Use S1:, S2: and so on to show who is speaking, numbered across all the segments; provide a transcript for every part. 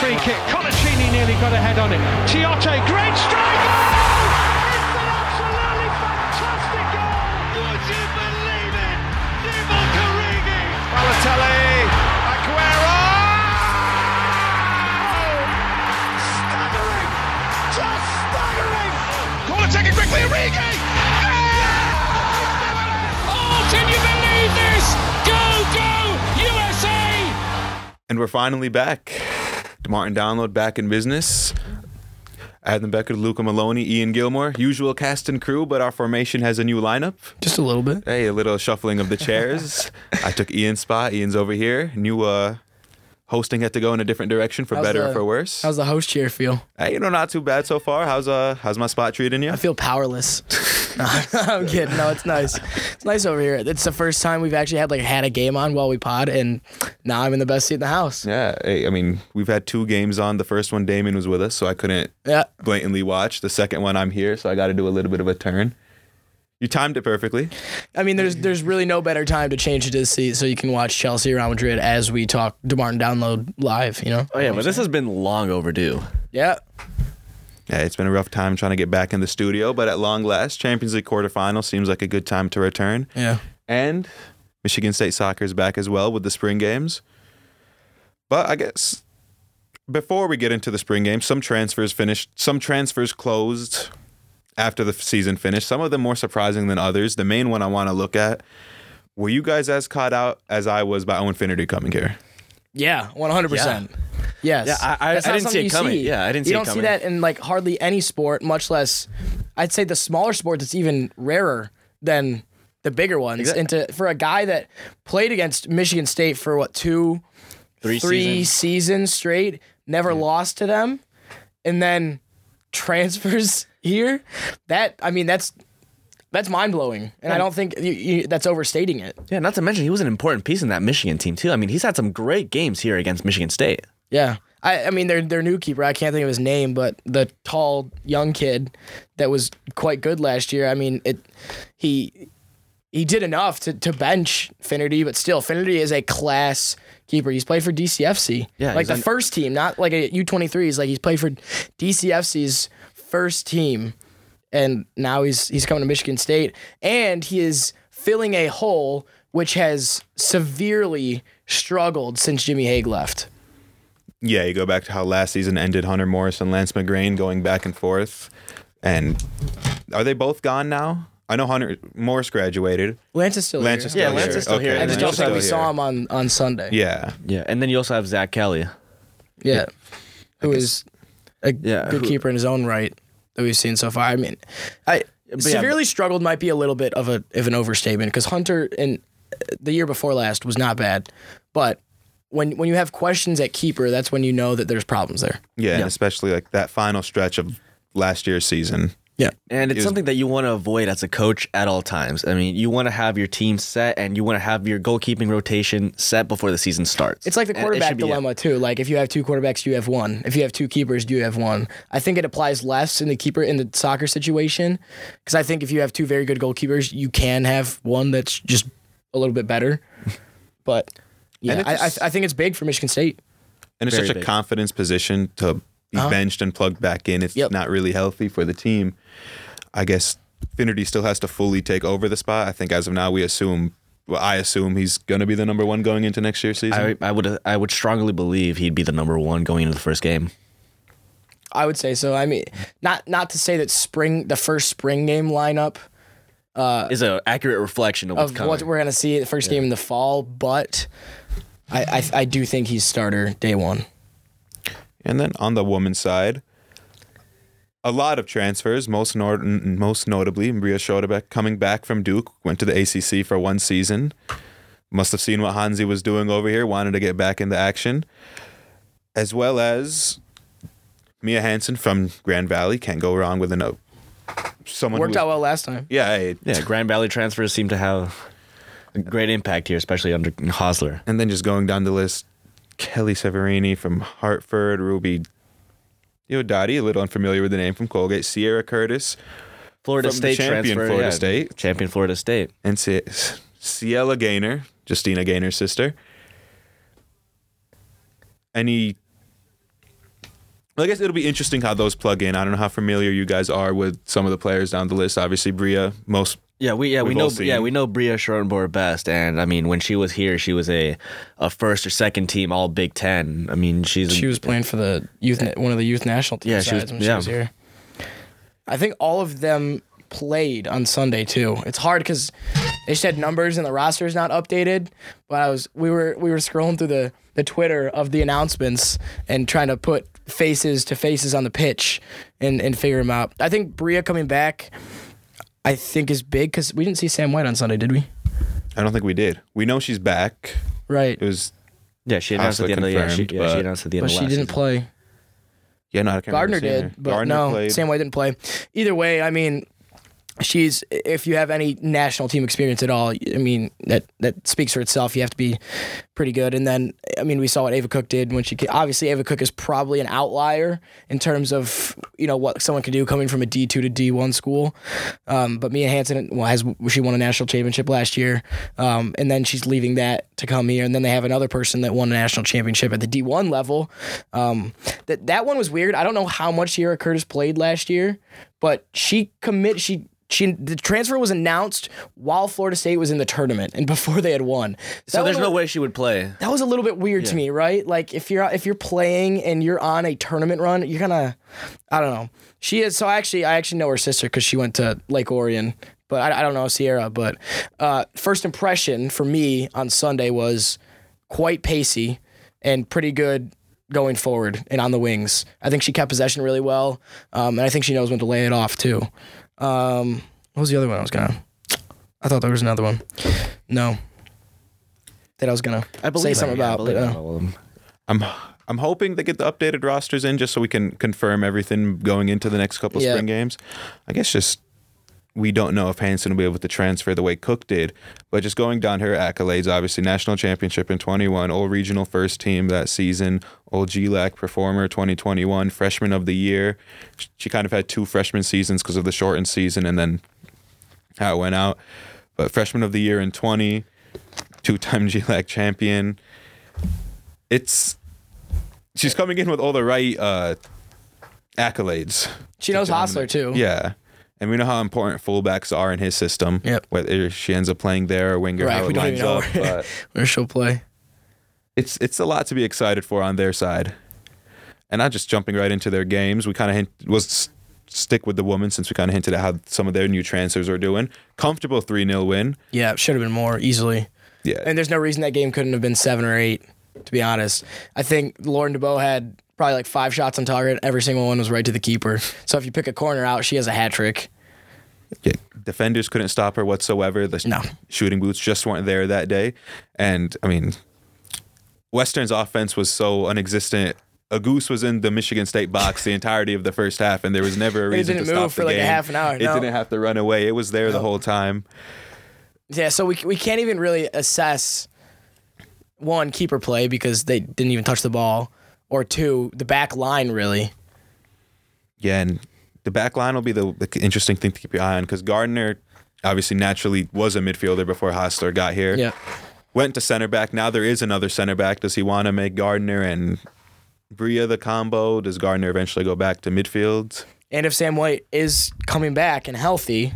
S1: free kick. Colaccini nearly got a head on it. Chiotte, great strike! Oh! It's an absolutely fantastic goal! Would you believe it? Dimo Carigi! Balotelli! Aguero! Staggering! Just staggering! Corner taken quickly, Origi! Oh, can you believe this? Go, go, USA!
S2: And we're finally back. Martin Download back in business. Adam Becker, Luca Maloney, Ian Gilmore, usual cast and crew, but our formation has a new lineup.
S3: Just a little bit.
S2: Hey, a little shuffling of the chairs. I took Ian's spot. Ian's over here. New uh, hosting had to go in a different direction for
S3: How's
S2: better
S3: the-
S2: or for worse.
S3: How's the host chair feel?
S2: Hey, you know, not too bad so far. How's uh, how's my spot treating you?
S3: I feel powerless. no, I'm kidding. No, it's nice. It's nice over here. It's the first time we've actually had like had a game on while we pod, and now I'm in the best seat in the house.
S2: Yeah, hey, I mean, we've had two games on. The first one, Damon was with us, so I couldn't
S3: Yeah.
S2: blatantly watch. The second one, I'm here, so I got to do a little bit of a turn. You timed it perfectly.
S3: I mean, there's there's really no better time to change it to this seat so you can watch Chelsea Real Madrid as we talk DeMartin download live. You know.
S4: Oh yeah, but this has been long overdue.
S3: Yeah.
S2: Yeah, it's been a rough time trying to get back in the studio, but at long last, Champions League quarterfinal seems like a good time to return.
S3: Yeah.
S2: And Michigan State soccer is back as well with the spring games. But I guess before we get into the spring games, some transfers finished, some transfers closed after the season finished. Some of them more surprising than others. The main one I want to look at. Were you guys as caught out as I was by Owen Finnerty coming here?
S3: Yeah, one hundred percent. Yes.
S4: Yeah, I- I-
S3: That's
S4: I
S3: not
S4: didn't see
S3: something
S4: it
S3: you
S4: coming. Yeah, I didn't
S3: you
S4: see it
S3: don't see
S4: coming.
S3: that in like hardly any sport, much less, I'd say the smaller sport that's even rarer than the bigger ones.
S4: Exact-
S3: And to for a guy that played against Michigan State for what two,
S4: Three seasons.
S3: seasons straight, never lost to them, and then transfers here. That I mean, that's that's mind blowing, and I don't think you, you, that's overstating it.
S4: Yeah, not to mention he was an important piece in that Michigan team too. I mean, he's had some great games here against Michigan State.
S3: Yeah. I, I mean, their their new keeper. I can't think of his name, but the tall young kid that was quite good last year. I mean, it he he did enough to, to bench Finnerty, but still, Finnerty is a class keeper. He's played for DCFC,
S4: Yeah,
S3: like
S4: he's
S3: the
S4: on-
S3: first team, not like a U twenty three. He's like he's played for DCFC's first team, and now he's he's coming to Michigan State, and he is filling a hole which has severely struggled since Jimmy Haig left.
S2: Yeah, you go back to how last season ended Hunter Morris and Lance McGrain going back and forth. And are they both gone now? I know Hunter Morris graduated.
S3: Lance is still
S2: Lance
S3: here.
S2: is still
S4: Yeah,
S2: here.
S4: Lance is still
S2: Okay,
S4: here.
S3: I
S4: I
S2: Lance
S3: just
S2: is
S3: don't think
S2: still
S3: we saw
S2: here.
S3: him on, on Sunday.
S2: Yeah.
S4: Yeah, and then you also have Zach Kelly.
S3: Yeah. Who is a
S4: Yeah,
S3: good
S4: who-
S3: keeper in his own right that we've seen so far. I mean, I
S4: yeah,
S3: severely struggled might be a little bit of a of an overstatement because Hunter in uh, the year before last was not bad, but when when you have questions at keeper, that's when you know that there's problems there.
S2: Yeah, and
S4: Yeah.
S2: especially like that final stretch of last year's season.
S3: Yeah.
S4: And it's something that you want to avoid as a coach at all times. I mean, you want to have your team set and you want to have your goalkeeping rotation set before the season starts.
S3: It's like the
S4: And it
S3: quarterback
S4: should be-
S3: dilemma too. Like if you have two quarterbacks, you have one. If you have two keepers, you have one. I think it applies less in the keeper in the soccer situation because I think if you have two very good goalkeepers, you can have one that's just a little bit better. But yeah,
S2: it
S3: I, I,
S2: just-
S3: I think it's big for Michigan State.
S2: And it's
S4: Very
S2: such a
S4: big.
S2: confidence position to be benched and plugged back in. It's
S3: Yep.
S2: not really healthy for the team. I guess Finnerty still has to fully take over the spot. I think as of now, we assume, well, I assume he's going to be the number one going into next year's season.
S4: I, I would I would strongly believe he'd be the number one going into the first game.
S3: I would say so. I mean, not not to say that spring the first spring game lineup
S4: is an accurate reflection Uh, of what's
S3: of
S4: coming.
S3: what we're gonna see at the first game in the fall, but I, I I do think he's starter day one.
S2: And then on the woman's side, a lot of transfers, most nor- n- most notably Maria Schodebeck coming back from Duke, went to the ACC for one season. Must have seen what Hansi was doing over here, wanted to get back into action. As well as Mia Hansen from Grand Valley, can't go wrong with a note. Someone
S3: Worked
S2: who-
S3: out well last time.
S2: Yeah, I-
S4: yeah, Grand Valley transfers seem to have a great impact here, especially under Hosler.
S2: And then just going down the list, Kelly Severini from Hartford, Ruby Iodati, a little unfamiliar with the name from Colgate, Sierra Curtis,
S4: Florida
S2: From the
S4: State
S2: champion
S4: transfer,
S2: Florida
S4: yeah,
S2: State.
S4: champion Florida State.
S2: and C- Ciela Gaynor, Justina Gaynor's sister. Any Well, I guess it'll be interesting how those plug in. I don't know how familiar you guys are with some of the players down the list. Obviously, Bria, most
S4: Yeah, we yeah we
S2: We've
S4: know
S2: all seen
S4: yeah
S2: it.
S4: we know Bria Schottenborg best, and I mean when she was here, she was a a first or second team All Big Ten. I mean she's
S3: She was playing for the youth, na- one of the youth national team
S4: Yeah, she was-
S3: sides when she
S4: yeah.
S3: was here. I think all of them played on Sunday too. It's hard because they just had numbers and the roster is not updated. But I was we were we were scrolling through the the Twitter of the announcements and trying to put faces to faces on the pitch and and figure them out. I think Bria coming back. I think is big because we didn't see Sam White on Sunday, did we?
S2: I don't think we did. We know she's back.
S3: Right,
S2: It was
S4: yeah she announced at the end of the yeah she,
S2: confirmed,
S4: yeah, she
S2: but-
S4: announced at the end
S3: but
S4: of
S3: she
S4: last
S3: didn't
S4: season.
S3: play.
S2: yeah, no, I can't remember
S3: Gardner
S2: seeing her.
S3: did, but
S2: Gardner
S3: no,
S2: played.
S3: Sam White didn't play. Either way, I mean, she's if you have any national team experience at all, I mean that that speaks for itself. You have to be pretty good. And then I mean, we saw what Ava Cook did when she ca- obviously Ava Cook is probably an outlier in terms of you know what someone can do coming from a D two to D one school. Um, but Mia Hansen well, has she won a national championship last year, um, and then she's leaving that to come here. And then they have another person that won a national championship at the D one level. Um, that that one was weird. I don't know how much Sierra Curtis played last year, but she commit she. She, the transfer was announced while Florida State was in the tournament and before they had won.
S4: So
S3: That
S4: there's
S3: one-
S4: no way she would play.
S3: that was a little bit weird to me, right? Like if you're if you're playing and you're on a tournament run, you're gonna, I don't know. She is so I actually I actually know her sister because she went to Lake Orion, but I, I don't know Sierra. But uh, first impression for me on Sunday was quite pacey and pretty good going forward and on the wings. I think she kept possession really well, um, and I think she knows when to lay it off too. Um, what was the other one I was gonna? I thought there was another one. No. That I was gonna
S4: I believe
S3: say something
S4: yeah, I
S3: about,
S4: believe
S3: but,
S4: in
S3: uh,
S4: all of them.
S2: I'm I'm hoping they get the updated rosters in just so we can confirm everything going into the next couple
S3: Yeah.
S2: spring games. I guess just we don't know if Hanson will be able to transfer the way Cook did, but just going down her accolades, obviously national championship in 21, all regional first team that season, all GLAC performer 2021, freshman of the year. She kind of had two freshman seasons because of the shortened season and then how it went out. But freshman of the year in 20, two-time GLAC champion. It's she's coming in with all the right uh, accolades.
S3: She knows Hostler too.
S2: Yeah. And we know how important fullbacks are in his system.
S3: Yep.
S2: Whether she ends up playing there or winger,
S3: Right,
S2: how
S3: we
S2: it
S3: don't
S2: lines
S3: even know
S2: up.
S3: where-
S2: But
S3: Where she'll play.
S2: it's it's a lot to be excited for on their side. And not just jumping right into their games. We kind of hint was s- stick with the women since we kind of hinted at how some of their new transfers are doing. Comfortable three 0 win.
S3: Yeah, should have been more easily.
S2: Yeah.
S3: And there's no reason that game couldn't have been seven or eight, to be honest. I think Lauren DeBow had probably like five shots on target. Every single one was right to the keeper. So if you pick a corner out, she has a hat trick.
S2: Yeah, defenders couldn't stop her whatsoever. The
S3: No.
S2: shooting boots just weren't there that day. And I mean, Western's offense was so unexistent. A goose was in the Michigan State box the entirety of the first half, and there was never a
S3: It
S2: reason
S3: didn't
S2: to stop
S3: move for
S2: the
S3: like a
S2: game.
S3: half an hour,
S2: It
S3: no.
S2: didn't have to run away. It was there the whole time.
S3: Yeah, so we, we can't even really assess one, keeper play because they didn't even touch the ball, or two, the back line really.
S2: Yeah, and the back line will be the, the interesting thing to keep your eye on because Gardner obviously naturally was a midfielder before Hostler got here.
S3: Yeah.
S2: went to center back. Now there is another center back. Does he want to make Gardner and Bria the combo? Does Gardner eventually go back to midfield?
S3: And if Sam White is coming back and healthy,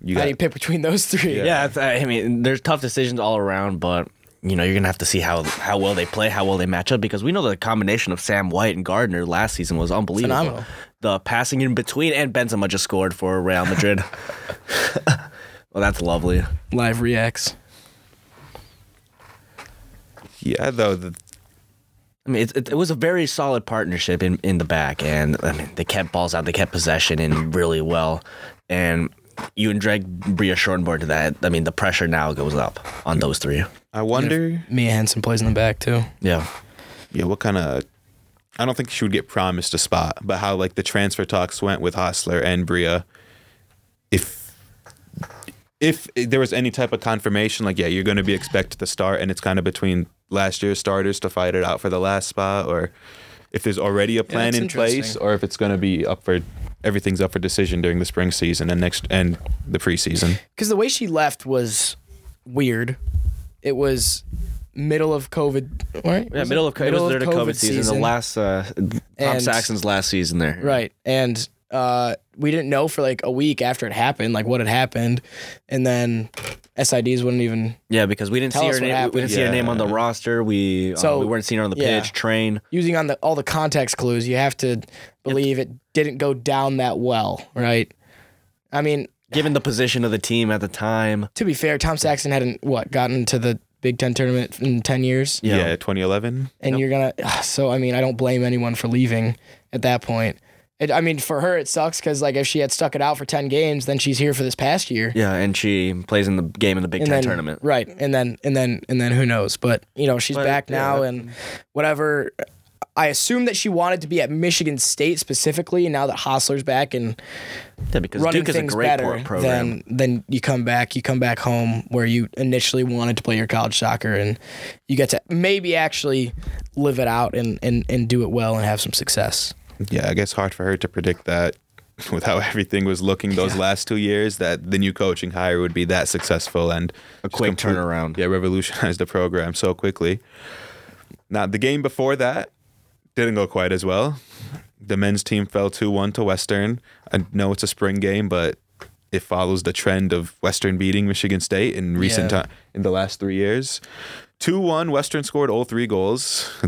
S2: You
S3: how
S2: got
S3: do you pick between those three?
S2: Yeah.
S4: Yeah, it's, I mean, there's tough decisions all around, but you know, you're gonna have to see how how well they play, how well they match up, because we know the combination of Sam White and Gardner last season was unbelievable.
S3: Phenomenal.
S4: The passing in between, and Benzema just scored for Real Madrid. well, that's lovely.
S3: Live reacts.
S2: yeah, though. The,
S4: I mean, it, it, it was a very solid partnership in, in the back, and I mean, they kept balls out, they kept possession in really well, and you and Drake Bria Shortenborn to that. I mean, the pressure now goes up on those three.
S2: I wonder. Yeah.
S3: Mia Henson plays in the back too.
S4: Yeah.
S2: what kind of? I don't think she would get promised a spot, but how like the transfer talks went with Hostler and Bria, if. If there was any type of confirmation, like yeah, you're going to be expected to start, and it's kind of between last year's starters to fight it out for the last spot, or if there's already a plan
S3: that's
S2: in place,
S3: interesting.
S2: or if it's going to be up for everything's up for decision during the spring season and next and the preseason.
S3: because the way she left was weird. It was middle of COVID, right?
S4: Yeah, middle of co- it was during the COVID, season, the last uh, Tom
S3: And-
S4: Saxon's last season there.
S3: Right. And uh, we didn't know for like a week after it happened, like what had happened. And then SIDs wouldn't even
S4: Yeah, because we didn't
S3: Tell
S4: see
S3: us
S4: her
S3: what
S4: name. We
S3: happened.
S4: didn't see her name on the
S2: Yeah.
S4: roster. We uh,
S3: So-
S4: we weren't seeing her on the
S3: yeah.
S4: pitch, train.
S3: using on the all the context clues, you have to believe it didn't go down that well, right? I mean,
S4: Given the position of the team at the time,
S3: to be fair, Tom Saxon hadn't what gotten to the Big Ten tournament in ten years,
S4: you know,
S2: Yeah, 2011.
S3: and you're gonna. ugh, So I mean, I don't blame anyone for leaving at that point. It, I mean, for her, it sucks because like if she had stuck it out for ten games, then she's here for this past year.
S4: yeah, and she plays in the game in the Big
S3: and then,
S4: Ten tournament.
S3: Right. And then and then and then who knows? But you know, she's
S4: But,
S3: back
S4: yeah,
S3: now
S4: that-
S3: and whatever I assume that she wanted to be at Michigan State specifically, and now that Hostler's back and
S4: Yeah, because
S3: running
S4: Duke is a
S3: things
S4: great
S3: better,
S4: pro- program.
S3: then then you come back, you come back home where you initially wanted to play your college soccer, and you get to maybe actually live it out and and, and do it well and have some success.
S2: Yeah, I guess hard for her to predict that with how everything was looking those last two years that the new coaching hire would be that successful and a
S4: quick turnaround.
S2: Yeah, revolutionized the program so quickly. Now the game before that didn't go quite as well. The men's team fell two one to Western. I know it's a spring game, but it follows the trend of Western beating Michigan State in recent
S3: Yeah.
S2: time in the last three years. Two one, Western scored all three goals.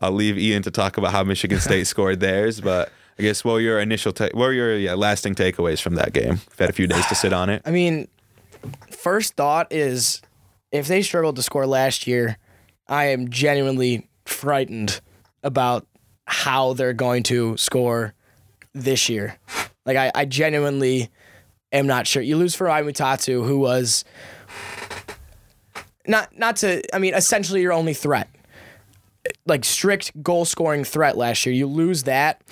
S2: I'll leave Ian to talk about how Michigan State scored theirs, but I guess what were your initial, ta- what were your yeah, lasting takeaways from that game? You've had a few days to sit on it.
S3: I mean, first thought is if they struggled to score last year, I am genuinely frightened about how they're going to score this year. Like I, I genuinely am not sure. You lose for Mutatu, who was not not to I mean, essentially your only threat. Like strict goal scoring threat last year. You lose that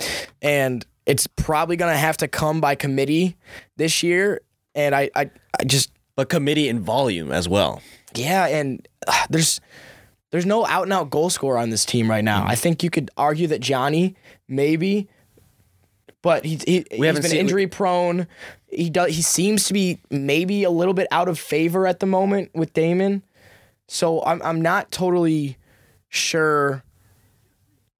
S3: and it's probably gonna have to come by committee this year. And I, I, I just
S4: but committee and volume as well.
S3: yeah, and uh, there's there's no out and out goal scorer on this team right now.
S4: Mm-hmm.
S3: I think you could argue that Johnny maybe, but he, he we he's
S4: haven't
S3: been
S4: seen-
S3: injury prone. He does he seems to be maybe a little bit out of favor at the moment with Damon. So I'm I'm not totally sure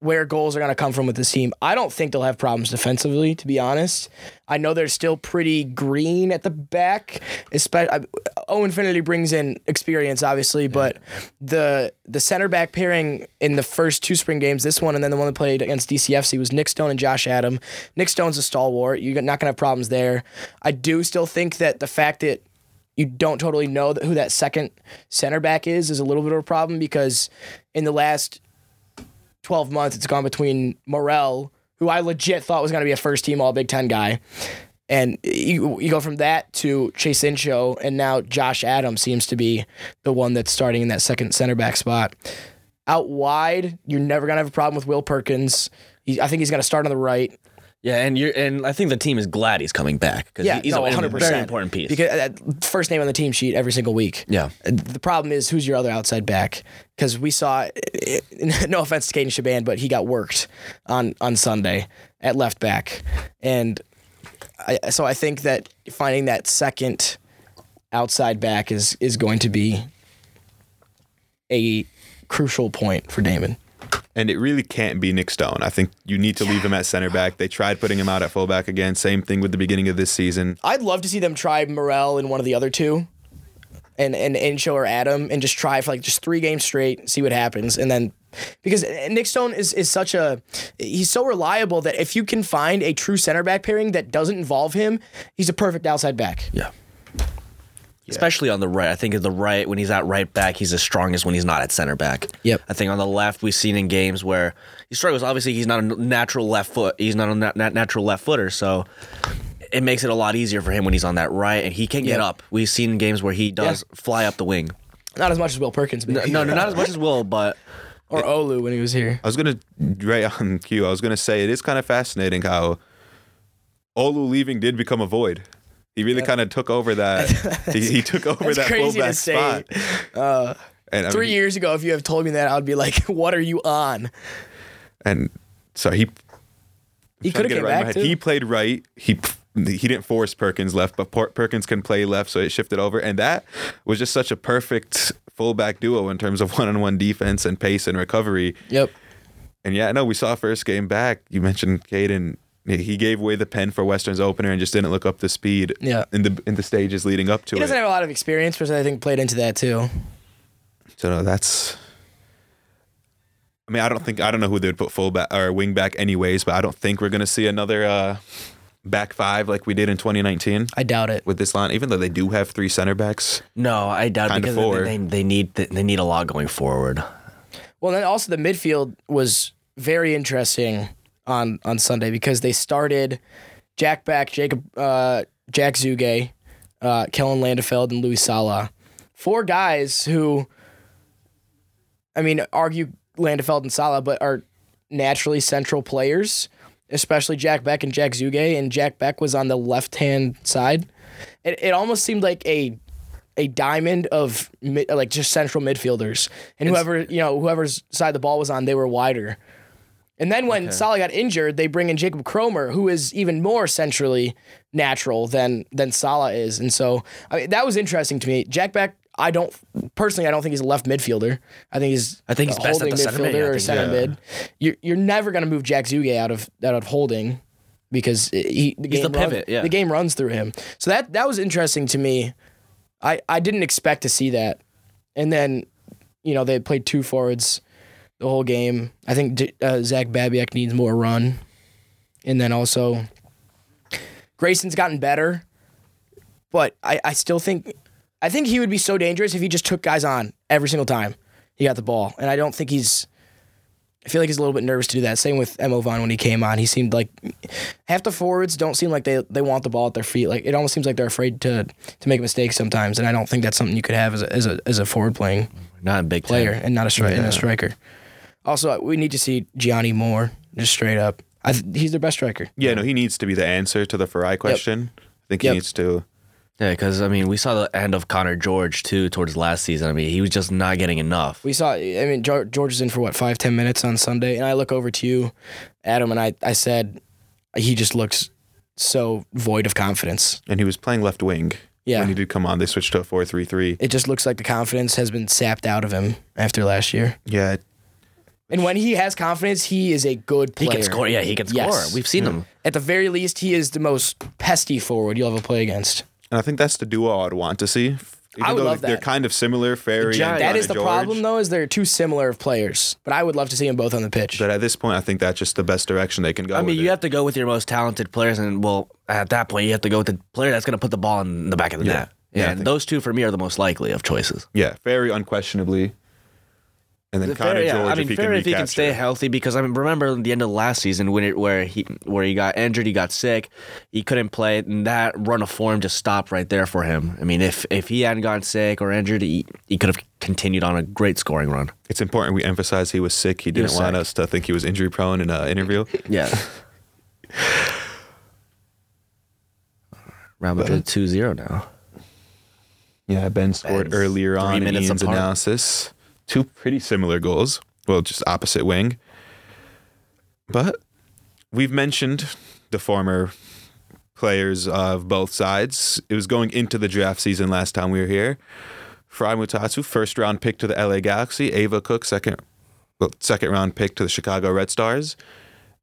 S3: where goals are going to come from with this team. I don't think they'll have problems defensively, to be honest. I know they're still pretty green at the back. Especially, O Infinity brings in experience, obviously, but the the center back pairing in the first two spring games, this one and then the one that played against DCFC, was Nick Stone and Josh Adam. Nick Stone's a stalwart. You're not going to have problems there. I do still think that the fact that you don't totally know that who that second center back is is a little bit of a problem because in the last 12 months, it's gone between Morel, who I legit thought was going to be a first team All Big Ten guy. And you, you go from that to Chase Incho, and now Josh Adams seems to be the one that's starting in that second center back spot. Out wide, you're never going to have a problem with Will Perkins. He, I think he's going to start on the right.
S4: Yeah, and you're and I think the team is glad he's coming back because
S3: Yeah,
S4: he's
S3: no,
S4: a
S3: 100%.
S4: very important piece.
S3: Because uh, first name on the team sheet every single week.
S4: yeah,
S3: The problem is who's your other outside back? Because we saw, no offense to Caden Shaban, but he got worked on on Sunday at left back, and I, so I think that finding that second outside back is is going to be a crucial point for Damon.
S2: And it really can't be Nick Stone. I think you need to leave him at center back. They tried putting him out at fullback again. Same thing with the beginning of this season.
S3: I'd love to see them try Morel and one of the other two, and and Incho or Adam, and just try for like just three games straight, see what happens, and then because Nick Stone is is such a he's so reliable that if you can find a true center back pairing that doesn't involve him, he's a perfect outside back.
S4: yeah. Especially on the right, I think at the right when he's at right back, he's the strongest when he's not at center back.
S3: Yep.
S4: I think on the left, we've seen in games where he struggles. Obviously, he's not a natural left foot. He's not a na- na- natural left footer, so it makes it a lot easier for him when he's on that right, and he can get
S3: Yep.
S4: up. We've seen games where he does fly up the wing.
S3: Not as much as Will Perkins, maybe.
S4: No, no, not as much as Will, but
S3: or Olu when he was here.
S2: I was gonna right on cue. I was gonna say it is kind of fascinating how Olu leaving did become a void. He really kind of took over that. he, he took over
S3: That's
S2: that
S3: crazy to
S2: fullback
S3: say. Uh,
S2: spot. and I
S3: Three
S2: mean,
S3: years ago, if you have told me that, I'd be like, "What are you on?"
S2: And so he
S3: He
S2: trying to
S3: could have
S2: get it right
S3: came
S2: in my
S3: back
S2: head.
S3: too.
S2: He played right. He he didn't force Perkins left, but Per- Perkins can play left, so it shifted over, and that was just such a perfect fullback duo in terms of one-on-one defense and pace and recovery.
S3: Yep.
S2: And yeah, no, we saw first game back. You mentioned Caden. He gave away the pen for Western's opener and just didn't look up the speed.
S3: Yeah.
S2: In the in the stages leading up to
S3: He
S2: it.
S3: doesn't have a lot of experience, which I think played into that too.
S2: So no, that's. I mean, I don't think I don't know who they would put fullback or wing back anyways, but I don't think we're gonna see another uh, back five like we did in 2019
S3: I doubt it.
S2: with this line. Even though they do have three center backs,
S4: No, I doubt
S2: Kinda
S4: because
S2: forward.
S4: they, they need they need a lot going forward.
S3: Well, then also the midfield was very interesting on on Sunday because they started Jack Back, Jacob, uh, Jack Zuge, uh, Kellen Landefeld, and Louis Sala. Four guys who, I mean, argue Landefeld and Sala, but are naturally central players, especially Jack Beck and Jack Zuge. And Jack Beck was on the left hand side. It, it almost seemed like a a diamond of mid, like just central midfielders, and whoever you know whoever's side the ball was on, they were wider. And then when Salah got injured, they bring in Jacob Cromer, who is even more centrally natural than than Salah is, and so I mean, that was interesting to me. Jack Beck, I don't personally, I don't think he's a left midfielder. I think he's
S4: I think he's
S3: a
S4: best at
S3: holding
S4: the center mid, I
S3: midfielder or
S4: think,
S3: center
S4: yeah.
S3: mid. You're you're never gonna move Jack Zuge out of out of holding because he the game
S4: the
S3: run-
S4: pivot, yeah.
S3: the game runs through him. So that that was interesting to me. I I didn't expect to see that, and then you know they played two forwards the whole game. I think D- uh, Zach Babiak needs more run, and then also Grayson's gotten better, but I I still think I think he would be so dangerous if he just took guys on every single time he got the ball, and I don't think he's. I feel like he's a little bit nervous to do that. Same with Mo Vaughn when he came on. He seemed like half the forwards don't seem like they, they want the ball at their feet. Like it almost seems like they're afraid to to make mistakes sometimes. And I don't think that's something you could have as a as a, as a forward playing
S4: Not a big
S3: player
S4: player.
S3: and not a stri- and a striker. Also, uh, we need to see Gianni Moore just straight up. I th- he's their best striker.
S2: yeah, no, he needs to be the answer to the Farai question. I think he
S3: Yep.
S2: needs to.
S4: Yeah, because I mean, we saw the end of Connor George too towards last season. I mean, he was just not getting enough.
S3: We saw. I mean, Geor- George is in for what five ten minutes on Sunday, and I look over to you, Adam, and I I said he just looks so void of confidence.
S2: And he was playing left wing.
S3: Yeah.
S2: When he did come on, they switched to a four-three-three.
S3: It just looks like the confidence has been sapped out of him after last year.
S2: Yeah.
S3: And when he has confidence, he is a good
S4: He
S3: player.
S4: can score. Yeah, he can score.
S3: Yes.
S4: We've seen him.
S3: At the very least, he is the most pesty forward you'll ever play against.
S2: And I think that's the duo I'd want to see. Even
S3: would
S2: though
S3: love
S2: they're
S3: that.
S2: kind of similar, Ferry
S4: Giant-
S2: and
S3: That is
S2: Connor
S3: the
S2: George,
S3: problem, though, is they're too similar of players. But I would love to see them both on the pitch.
S2: But at this point, I think that's just the best direction they can go.
S4: I
S2: with
S4: mean,
S2: it.
S4: you have to go with your most talented players, and well, at that point, you have to go with the player that's going to put the ball in the back of the net.
S2: Yeah, I
S4: Yeah, and
S2: think-
S4: those two for me are the most likely of choices.
S2: Yeah, Ferry unquestionably. And then Connor
S4: Fair, yeah.
S2: George,
S4: I mean,
S2: if he
S4: fair
S2: can
S4: if he can
S2: recapture.
S4: stay healthy because I mean, remember the end of last season when it where he where he got injured, he got sick, he couldn't play, and that run of form just stopped right there for him. I mean, if if he hadn't gotten sick or injured, he, he could have continued on a great scoring run.
S2: It's important we emphasize he was sick. He didn't
S4: was
S2: want
S4: sick.
S2: us to think he was injury prone in an interview.
S4: Yeah. Round up to 2-0 now.
S2: Yeah, Ben scored
S4: Ben's
S2: earlier
S4: three
S2: on in
S4: minutes
S2: Ian's
S4: apart.
S2: analysis. Two pretty similar goals. Well, just opposite wing. But we've mentioned the former players of both sides. It was going into the draft season last time we were here. Fry Mutatsu, first round pick to the LA Galaxy. Ava Cook, second well, second round pick to the Chicago Red Stars.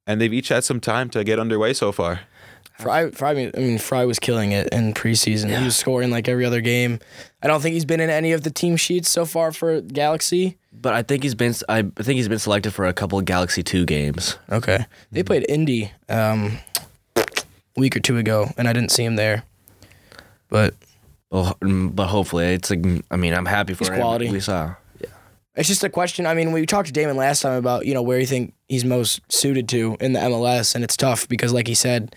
S2: And they've each had some time to get underway so far.
S3: Fry, Fry, I mean, Fry was killing it in preseason. He was scoring like every other game. I don't think he's been in any of the team sheets so far for Galaxy.
S4: But I think he's been I think he's been selected for a couple of Galaxy 2 games.
S3: Okay. They played Indy um, a week or two ago, and I didn't see him there. But
S4: Oh, mm, but hopefully it's like mm, I mean, I'm happy for
S3: He's
S4: him.
S3: quality.
S4: We saw.
S3: It's just a question. I mean, we talked to Damon last time about you know where you think he's most suited to in the MLS, and it's tough because, like he said,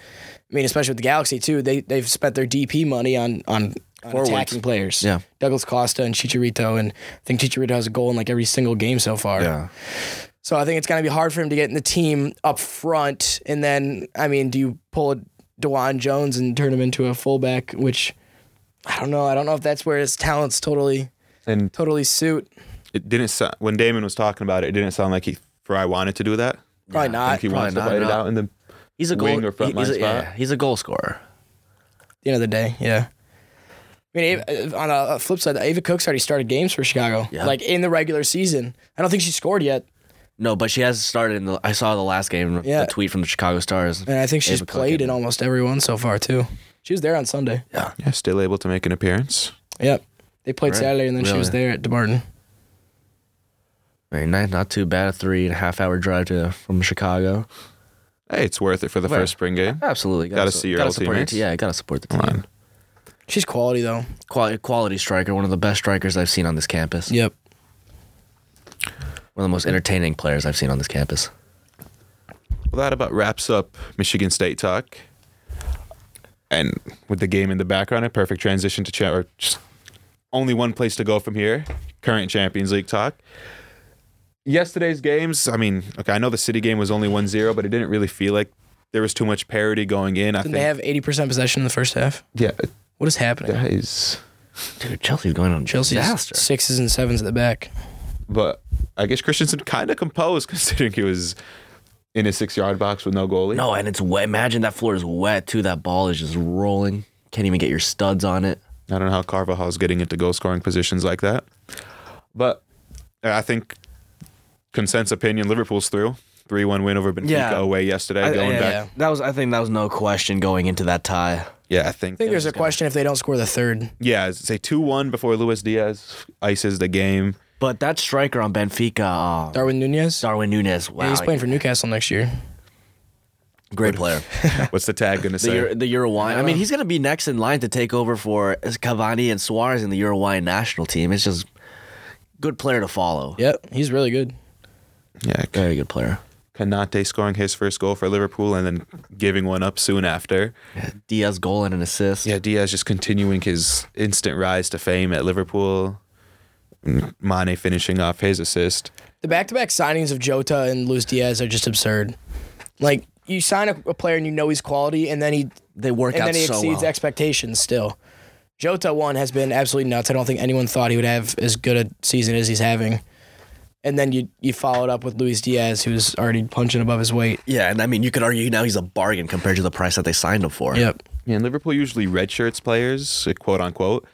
S3: I mean, especially with the Galaxy too, they they've spent their DP money on on, on attacking players.
S4: Yeah.
S3: Douglas Costa and Chicharito, and I think Chicharito has a goal in like every single game so far.
S4: Yeah.
S3: So I think it's gonna be hard for him to get in the team up front, and then I mean, do you pull Dewan Jones and turn him into a fullback? Which I don't know. I don't know if that's where his talents totally
S2: And
S3: totally suit.
S2: it didn't sound, when Damon was talking about it, it didn't sound like he Fry wanted to do that.
S3: Probably
S2: I
S3: not.
S2: think he wants to
S4: probably
S2: bite it
S4: not.
S2: out in the
S4: He's a
S2: Wing
S4: goal
S2: or front
S4: he's
S2: line
S4: a, yeah,
S2: spot?
S4: he's a goal scorer.
S3: the end of the day, yeah. I mean, Ava, uh, on a a flip side, Ava Cook's already started games for Chicago,
S4: Yeah.
S3: like in the regular season. I don't think she scored yet,
S4: No, but she has started in the. I saw the last game.
S3: Yeah.
S4: The tweet from the Chicago Stars.
S3: and I think she's
S4: Ava Cook
S3: played
S4: and-
S3: in almost every one so far too. She was there on Sunday.
S2: Yeah, still able to make an appearance.
S3: Yep, they played
S4: Right.
S3: Saturday, and then she was
S4: Really?
S3: there at DeMartin.
S4: Very nice. Not too bad. A three and a half hour drive to from Chicago.
S2: Hey, it's worth it for the
S4: Right.
S2: first spring game.
S4: Absolutely.
S2: Gotta
S4: su-
S2: see your old
S4: support your
S2: teammates.
S4: team. Yeah, gotta support the
S2: Come
S4: team.
S2: on.
S3: She's quality though.
S4: Quality, quality striker. One of the best strikers I've seen on this campus.
S3: Yep.
S4: One of the most entertaining players I've seen on this campus.
S2: Well, that about wraps up Michigan State talk. And with the game in the background, a perfect transition to cha- or just only one place to go from here. Current Champions League talk. Yesterday's games, I mean, okay, I know the City game was only 1-0, but it didn't really feel like there was too much parity going in. I
S3: Didn't
S2: think
S3: they have eighty percent possession in the first half?
S2: yeah,
S3: What is happening?
S2: that is
S4: Dude, Chelsea's going on
S3: Chelsea's
S4: disaster.
S3: sixes and sevens at the back.
S2: but I guess Christensen kind of composed considering he was in his 6-yard box with no goalie.
S4: No, and it's wet. Imagine that floor is wet too. That ball is just rolling. Can't even get your studs on it.
S2: I don't know how Carvajal's getting into goal scoring positions like that. But uh, I think consensus opinion Liverpool's through. 3 1 win over Benfica
S4: Yeah.
S2: away yesterday. going
S4: yeah,
S2: back.
S4: That was. I think that was no question going into that tie.
S2: Yeah, I think.
S3: I think there's a question if they don't score the third.
S2: yeah, say 2 1 before Luis Diaz ices the game.
S4: But that striker on Benfica, uh,
S3: Darwin Nunez.
S4: Darwin Nunes. Wow,
S3: Yeah, he's playing for Newcastle next year.
S4: great player.
S2: What's the tag going to
S4: The,
S2: say?
S4: Euro, the Uruguayan. I mean, he's gonna be next in line to take over for Cavani and Suarez in the Uruguayan national team. It's just good player to follow.
S3: Yep, he's really good.
S2: yeah, K-
S4: Very good player.
S2: Kanate scoring his first goal for Liverpool and then giving one up soon after.
S4: Diaz goal and an assist.
S2: Yeah, Diaz just continuing his instant rise to fame at Liverpool. M- Mane finishing off his assist.
S3: The back-to-back signings of Jota and Luis Diaz are just absurd. Like you sign a, a player and you know he's quality, and then he
S4: They work
S3: and
S4: out
S3: then he
S4: so
S3: exceeds
S4: well.
S3: expectations. Still, Jota one has been absolutely nuts. I don't think anyone thought he would have as good a season as he's having. And then you you followed up with Luis Diaz, who's already punching above his weight.
S4: yeah, and I mean, you could argue now he's a bargain compared to the price that they signed him for.
S3: Yep.
S2: Yeah, and Liverpool usually redshirts players, uh, quote unquote.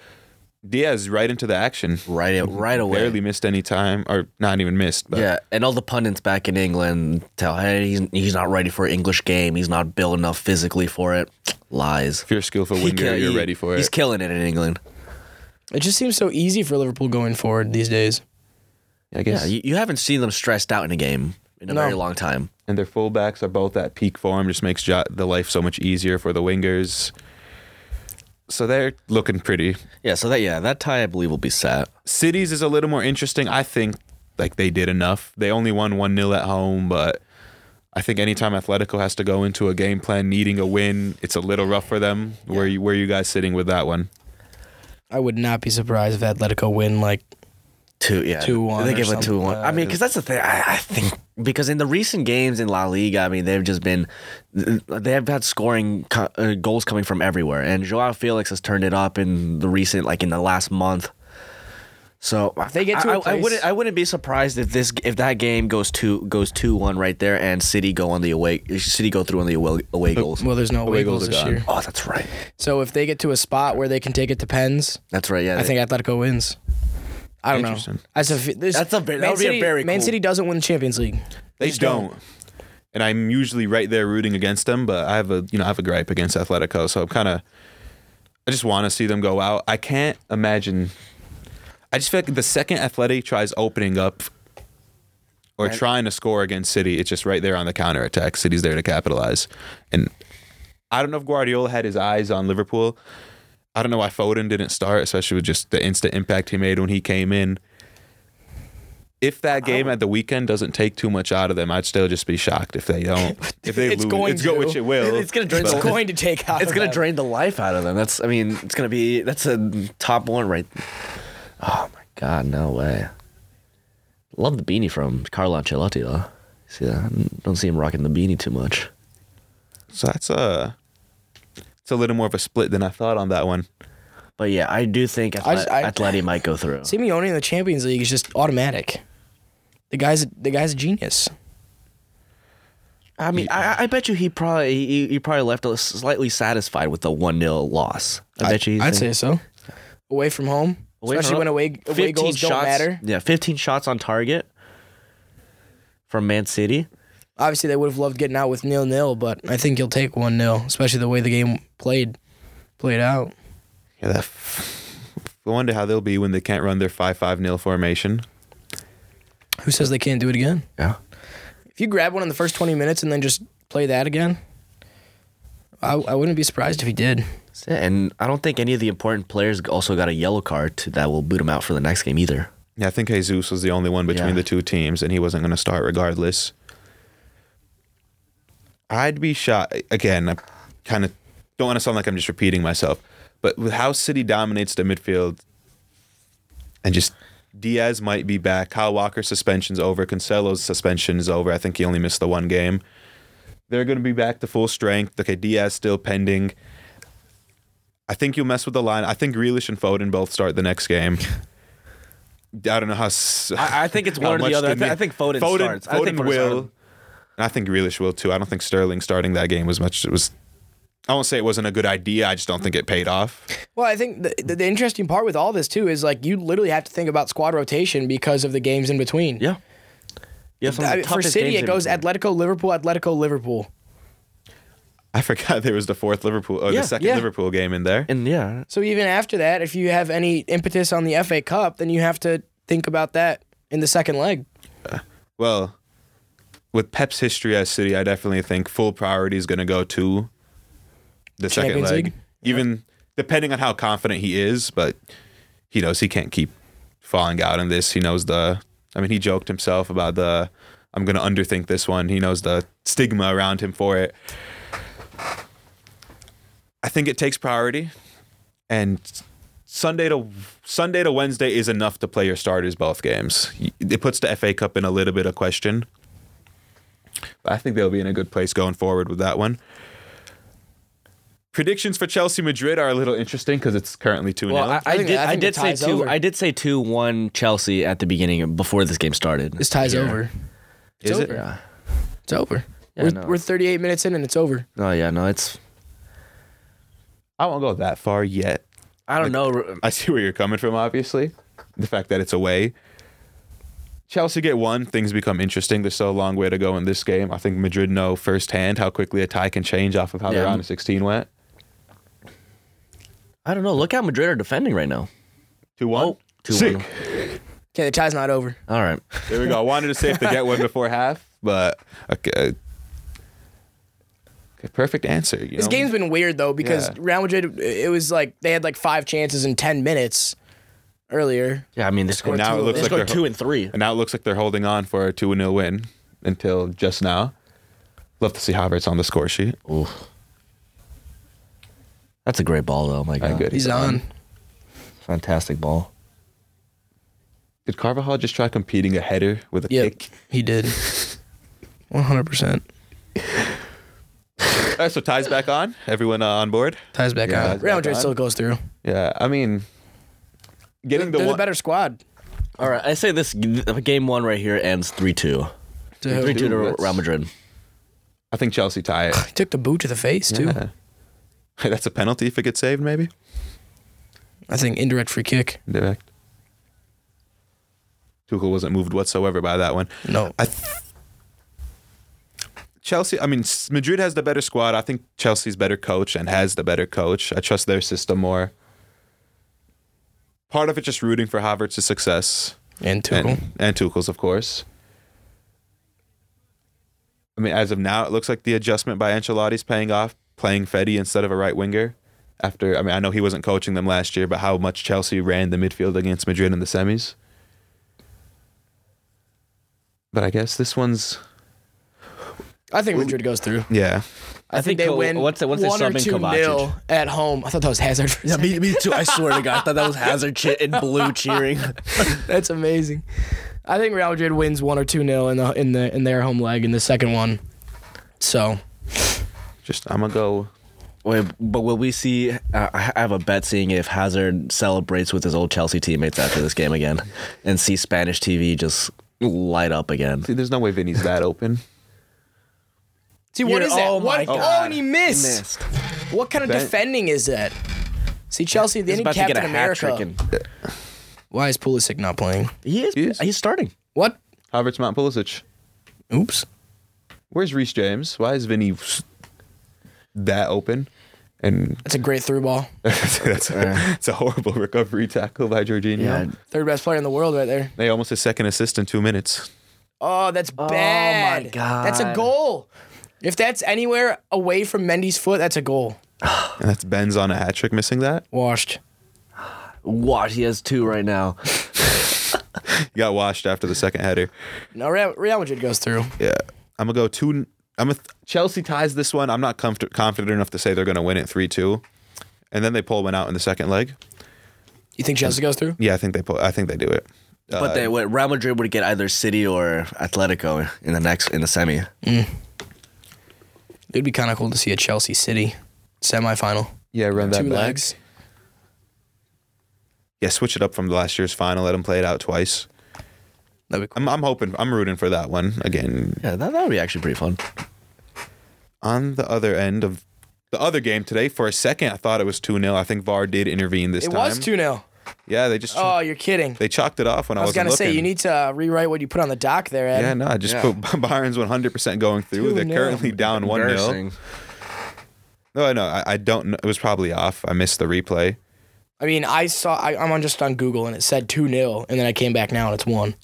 S2: Diaz right into the action.
S4: Right, right away.
S2: Barely missed any time, or not even missed. But
S4: Yeah, and all the pundits back in England tell, hey, he's, he's not ready for an English game. He's not built enough physically for it. Lies.
S2: if you're a skillful winger,
S4: kill-
S2: you're
S4: he-
S2: ready for
S4: He's
S2: it.
S4: killing it in England.
S3: It just seems so easy for Liverpool going forward these days.
S2: I
S4: Yeah,
S2: guess.
S4: you, you haven't seen them stressed out in a game in a
S3: No.
S4: very long time.
S2: and their fullbacks are both at peak form. Just makes jo- the life so much easier for the wingers. So they're looking pretty.
S4: Yeah, so that yeah, that tie I believe will be set.
S2: Cities is a little more interesting. I think like they did enough. They only won 1 0 at home, but I think anytime Atletico has to go into a game plan needing a win, it's a little rough for them. Where you where you guys sitting with that one?
S3: I would not be surprised if Atletico win like
S4: Two, yeah,
S3: 2-1
S4: They
S3: or
S4: give a
S3: something
S4: two one.
S3: like
S4: I mean, because that's the thing. I, I think because in the recent games in La Liga, I mean, they've just been they have had scoring co- uh, goals coming from everywhere, and Joao Felix has turned it up in the recent, like in the last month. So if
S3: they get to a
S4: I, I- I
S3: place-
S4: wouldn't. I wouldn't be surprised if this if that game goes two goes two one right there, and City go on the away City go through on the away, away goals.
S3: well, there's no away
S2: Wiggles
S3: goals
S2: are
S3: this
S2: gone.
S3: year.
S4: Oh, that's right.
S3: So if they get to a spot where they can take it to pens,
S4: That's right. Yeah,
S3: I think Atletico wins. I don't know.
S2: Interesting.
S3: That's a, f- this,
S4: That's a ve- that
S3: Man
S4: would be a
S3: City-
S4: very
S3: Man
S4: cool-
S3: City doesn't win the Champions League.
S2: They
S3: just don't.
S2: don't. And I'm usually right there rooting against them, but I have a you know I have a gripe against Atletico, so I'm kind of I just want to see them go out. I can't imagine. I just feel like the second Athletic tries opening up or trying to score against City, it's just right there on the counterattack. City's there to capitalize, and I don't know if Guardiola had his eyes on Liverpool. I don't know why Foden didn't start, especially with just the instant impact he made when he came in. If that game at the weekend doesn't take too much out of them, I'd still just be shocked if they don't. If they
S3: It's
S2: lose,
S3: going
S2: it's go,
S3: to.
S2: which it will.
S4: It's gonna drain
S2: but-
S3: It's
S4: Well-
S3: going to take out.
S4: it's
S3: of
S4: gonna
S3: them.
S4: drain the life out of them. That's I mean, it's gonna be that's a top one right. Oh my god, no way. Love the beanie from Carlo Ancelotti though. See that? Don't see him rocking the beanie too much.
S2: So that's a it's a little more of a split than I thought on that one.
S4: But yeah, I do think Athle-
S3: I just- I-
S4: Atleti might go through.
S3: Simeone in the Champions League is just automatic. The guy's the guy's a genius.
S4: I mean, I, I bet you he probably he, he probably left slightly satisfied with the one 0 loss. I bet you. he
S3: I'd
S4: think-
S3: say so. away from home,
S4: Away from
S3: especially
S4: home.
S3: when away away goals don't
S4: shots,
S3: matter.
S4: Yeah, 15 shots on target from Man City.
S3: Obviously, they would have loved getting out with nil nil, but I think he'll take one nil, especially the way the game played played out.
S2: Yeah, that f- I wonder how they'll be when they can't run their 5 5 nil formation.
S3: Who says they can't do it again?
S4: Yeah.
S3: If you grab one in the first 20 minutes and then just play that again, I, I wouldn't be surprised if he did.
S4: And I don't think any of the important players also got a yellow card to, that will boot them out for the next game either.
S2: Yeah, I think Jesus was the only one between
S4: Yeah.
S2: the two teams, and he wasn't going to start regardless. I'd be shocked. Again, I kind of don't want to sound like I'm just repeating myself, but with how City dominates the midfield and just Diaz might be back. Kyle Walker's suspension's over. Cancelo's suspension is over. I think he only missed the one game. They're going to be back to full strength. Okay, Diaz still pending. I think you'll mess with the line. I think Grealish and Foden both start the next game. I don't know how. s-
S4: I- I think it's
S2: how
S4: one or the
S2: much
S4: other. I
S2: can
S4: thi-
S2: mean.
S4: I think Foden starts. I
S2: Foden
S4: think Foden
S2: will.
S4: starts.
S2: And I think Grealish will too. I don't think Sterling starting that game was much. It was. I won't say it wasn't a good idea. I just don't think it paid off.
S3: Well, I think the, the, the interesting part with all this, too, is like you literally have to think about squad rotation because of the games in between.
S4: Yeah. Yeah, some
S3: I
S4: of the
S3: mean, for
S4: toughest
S3: City,
S4: games
S3: it
S4: in
S3: goes
S4: between.
S3: Atletico Liverpool, Atletico Liverpool.
S2: I forgot there was the fourth Liverpool or
S4: Yeah,
S2: the second
S4: yeah.
S2: Liverpool game in there.
S4: And yeah,
S3: So even after that, if you have any impetus on the FA Cup, then you have to think about that in the second leg.
S2: Well, with Pep's history at City, I definitely think full priority is going to go to the second
S3: Champions
S2: leg.
S3: League?
S2: Even depending on how confident he is, but he knows he can't keep falling out on this. He knows the. I mean, he joked himself about the. I'm going to underthink this one. He knows the stigma around him for it. I think it takes priority, and Sunday to Sunday to Wednesday is enough to play your starters both games. It puts the FA Cup in a little bit of question. But I think they'll be in a good place going forward with that one. Predictions for Chelsea Madrid are a little interesting because it's currently 2
S4: well,
S2: 0.
S4: I, I
S3: think-
S4: did.
S3: I
S4: I,
S3: think
S4: did
S3: the
S4: say
S3: tie's
S4: two.
S3: over.
S4: I did say two one Chelsea at the beginning before this game started.
S3: This tie's over. It's
S2: Is it?
S3: over. It's over.
S4: Yeah,
S3: we're,
S4: no.
S3: we're 38 minutes in and it's over.
S4: Oh yeah, no, it's.
S2: I won't go that far yet.
S4: I don't know.
S2: I see where you're coming from, obviously. The fact that it's away. Chelsea get one, things become interesting. There's still a long way to go in this game. I think Madrid know firsthand how quickly a tie can change off of how their
S4: Yeah.
S2: round of 16 went.
S4: I don't know. Look how Madrid are defending right now.
S2: 2 1.
S4: Oh, 2-1.
S2: Sick.
S3: Okay, the tie's not over.
S4: All right.
S2: There we go. I wanted to say if they get one before half, but okay. okay perfect answer. You
S3: This
S2: know?
S3: game's been weird though because
S2: Yeah.
S3: Real Madrid, it was like they had like five chances in 10 minutes earlier.
S4: Yeah, I mean they scored.
S2: now
S4: two,
S2: it looks
S4: they
S2: like
S4: scored
S2: they're-
S4: two and three.
S2: And now it looks like they're holding on for a 2 0 win until just now. Love to see Havertz on the score sheet.
S4: That's a great ball though. Oh My
S2: All
S4: God,
S2: right, good.
S3: He's on.
S4: fantastic ball.
S2: Did Carvajal just try competing a header with a
S3: Yep,
S2: kick?
S3: he did. 100%.
S2: All right, so ties back on. Everyone uh, on board.
S3: Ties back
S2: Yeah,
S3: on.
S2: ties
S3: Real
S2: back
S3: Madrid
S2: on.
S3: still goes through.
S2: Yeah, I mean, getting the
S3: They're
S2: one.
S3: the better squad.
S4: All right, I say this g- game one right here ends three two.
S3: To
S4: Three two to
S2: that's-
S4: Real Madrid.
S2: I think Chelsea tie it.
S3: He took the boot to the face too.
S2: Yeah. That's a penalty if it gets saved, maybe.
S3: I think indirect free kick.
S2: Direct. Tuchel wasn't moved whatsoever by that one.
S3: No.
S2: I th- Chelsea, I mean, s- Madrid has the better squad. I think Chelsea's better coach and has the better coach. I trust their system more. Part of it just rooting for Havertz's success.
S3: And Tuchel.
S2: And, and Tuchel's, of course. I mean, as of now, it looks like the adjustment by Ancelotti's paying off, playing Fetty instead of a right winger. After, I mean, I know he wasn't coaching them last year, but how much Chelsea ran the midfield against Madrid in the semis. But I guess this one's,
S3: I think Madrid goes through.
S2: yeah.
S3: I, think, they
S4: Co-
S3: win
S4: once they- once they
S3: one or
S4: sub in
S3: two
S4: Kovacic.
S3: nil at home. I thought that was Hazard. For a second.
S4: me, me too. I swear to God, I thought that was Hazard shit in blue cheering.
S3: That's amazing. I think Real Madrid wins one or two nil in the in the in their home leg in the second one. So
S2: Just, I'm going to go.
S4: Wait, but will we see? Uh, I I have a bet seeing if Hazard celebrates with his old Chelsea teammates after this game again, and see Spanish TV just light up again.
S2: See, there's no way Vinny's that open.
S3: see what
S4: You're-
S3: is that?
S4: oh
S3: what?
S4: my
S3: oh,
S4: God.
S3: and he missed. What kind of
S2: Ben-
S3: defending is that? See Chelsea, they
S4: He's
S3: need
S4: about to
S3: Captain
S4: get a hat
S3: America.
S4: trick. And,
S3: Why is Pulisic not playing?
S4: he is,
S2: He is.
S4: He's starting.
S3: What?
S2: Havertz, Mount Pulisic.
S3: Oops.
S2: Where's Reese James? Why is Vinny that open? And
S3: That's a great through ball.
S2: that's a, it's a horrible recovery tackle by Jorginho.
S4: Yeah.
S3: Third best player in the world right there.
S2: They almost a second assist in two minutes.
S3: Oh, that's
S4: my
S3: bad. That's a
S4: God.
S3: goal. If that's anywhere away from Mendy's foot, that's a goal.
S2: And that's Ben's on a hat trick missing that.
S3: Washed.
S4: What? He has two right now.
S2: He got washed after the second header.
S3: No, Real, Real Madrid goes through.
S2: Yeah. I'm gonna go two. I'm a th- Chelsea ties this one. I'm not comfort- confident enough to say they're gonna win it three two, and then they pull one out in the second leg.
S3: You think Chelsea goes through?
S2: Yeah, I think they pull. I think they do it.
S4: But they what, Real Madrid would get either City or Atletico in the next in the semi.
S3: It'd be kind of cool to see a Chelsea City semifinal.
S2: Yeah, run that
S3: Two
S2: back.
S3: legs.
S2: Yeah, switch it up from last year's final. Let them play it out twice.
S3: That'd be cool.
S2: I'm, I'm hoping. I'm rooting for that one again.
S4: Yeah, that that would be actually pretty fun.
S2: On the other end of the other game today, for a second, I thought it was two 0 I think VAR did intervene this
S3: It
S2: time.
S3: was 2 0.
S2: Yeah, they just
S3: Oh, you're kidding.
S2: they chalked it off when I,
S3: I was
S2: not
S3: going to say,
S2: looking.
S3: you need to uh, rewrite what you put on the dock there, Ed.
S2: Yeah, no, I just
S4: Yeah.
S2: put Bayern's 100% going through. They're
S3: 2-0.
S2: currently down 1 0.
S4: Embarrassing.
S2: No, no, I, I don't know. It was probably off. I missed the replay.
S3: I mean, I saw, I, I'm on just on Google and it said 2 0, and then I came back now and it's 1.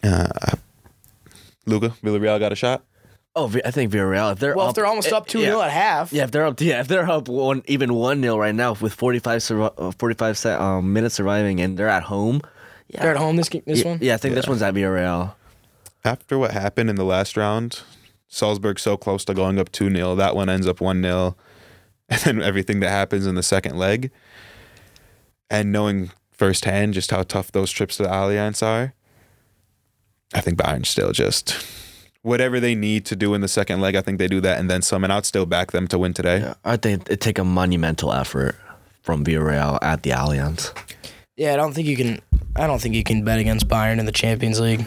S2: Luca, Uh, Villarreal got a shot.
S4: Oh, Vi- I think Villarreal. If they're
S3: Well,
S4: up,
S3: if they're almost
S4: eh,
S3: up 2
S4: yeah.
S3: 0 at half,
S4: Yeah, if they're up, yeah, if they're up one, even one nil right now with 45, survi- uh, 45 se- um, minutes surviving, and they're at home. Yeah,
S3: they're at home this, game- this
S4: Yeah,
S3: one.
S4: yeah, I think this one's at Villarreal.
S2: After what happened in the last round, Salzburg so close to going up 2 0. That one ends up 1 0. And then everything that happens in the second leg. And knowing firsthand just how tough those trips to the Allianz are, I think Bayern still just. Whatever they need to do in the second leg, I think they do that and then some. And I'd still back them to win today.
S4: I think it take a monumental effort from Villarreal at the Allianz.
S3: Yeah, I don't think you can. I don't think you can bet against Bayern in the Champions League,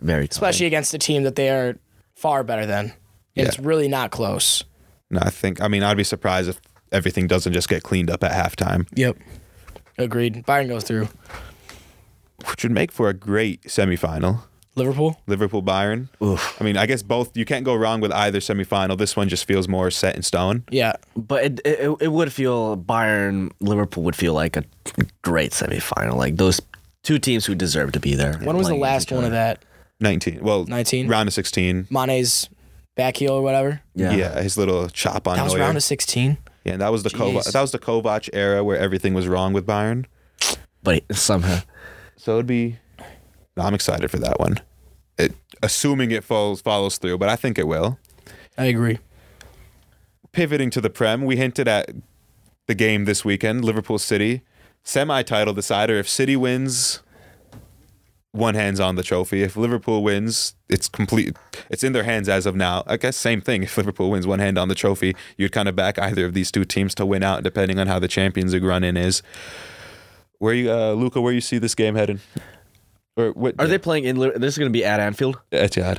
S4: Very tough.
S3: especially against a team that they are far better than. And It's really not close.
S2: No, I think. I mean, I'd be surprised if everything doesn't just get cleaned up at halftime,
S3: Yep. Agreed. Bayern goes through.
S2: which would make for a great semifinal.
S3: Liverpool.
S2: Liverpool Bayern.
S4: Oof.
S2: I mean, I guess both. You can't go wrong with either semifinal. This one just feels more set in stone.
S3: Yeah.
S4: But it, it it would feel Bayern Liverpool would feel like a great semifinal. Like those two teams who deserve to be there.
S3: When was the
S4: Playing against
S3: last
S4: each
S3: one of
S4: other.
S3: that?
S2: Nineteen. Well,
S3: 19?
S2: Round of sixteen.
S3: Mane's back heel or whatever.
S2: Yeah.
S4: Yeah.
S2: his little chop on
S3: That was
S2: Neuer.
S3: round of sixteen.
S2: yeah, and that was the Kovac,
S3: Jeez.
S2: that was the Kovac era where everything was wrong with Bayern.
S4: But somehow
S2: So it'd be. I'm excited for that one. It, assuming it follows follows through, but I think it will.
S3: I agree.
S2: pivoting to the Prem, we hinted at the game this weekend, Liverpool City, semi-title decider. If City wins, one hand's on the trophy. If Liverpool wins, it's complete. It's in their hands as of now. I guess same thing. If Liverpool wins, one hand on the trophy. You'd kind of back either of these two teams to win out, depending on how the Champions League run in is. Where you, uh, Luca? Where you see this game heading? Or what?
S4: are they playing in? Li- This is going to be at Anfield.
S2: Etihad?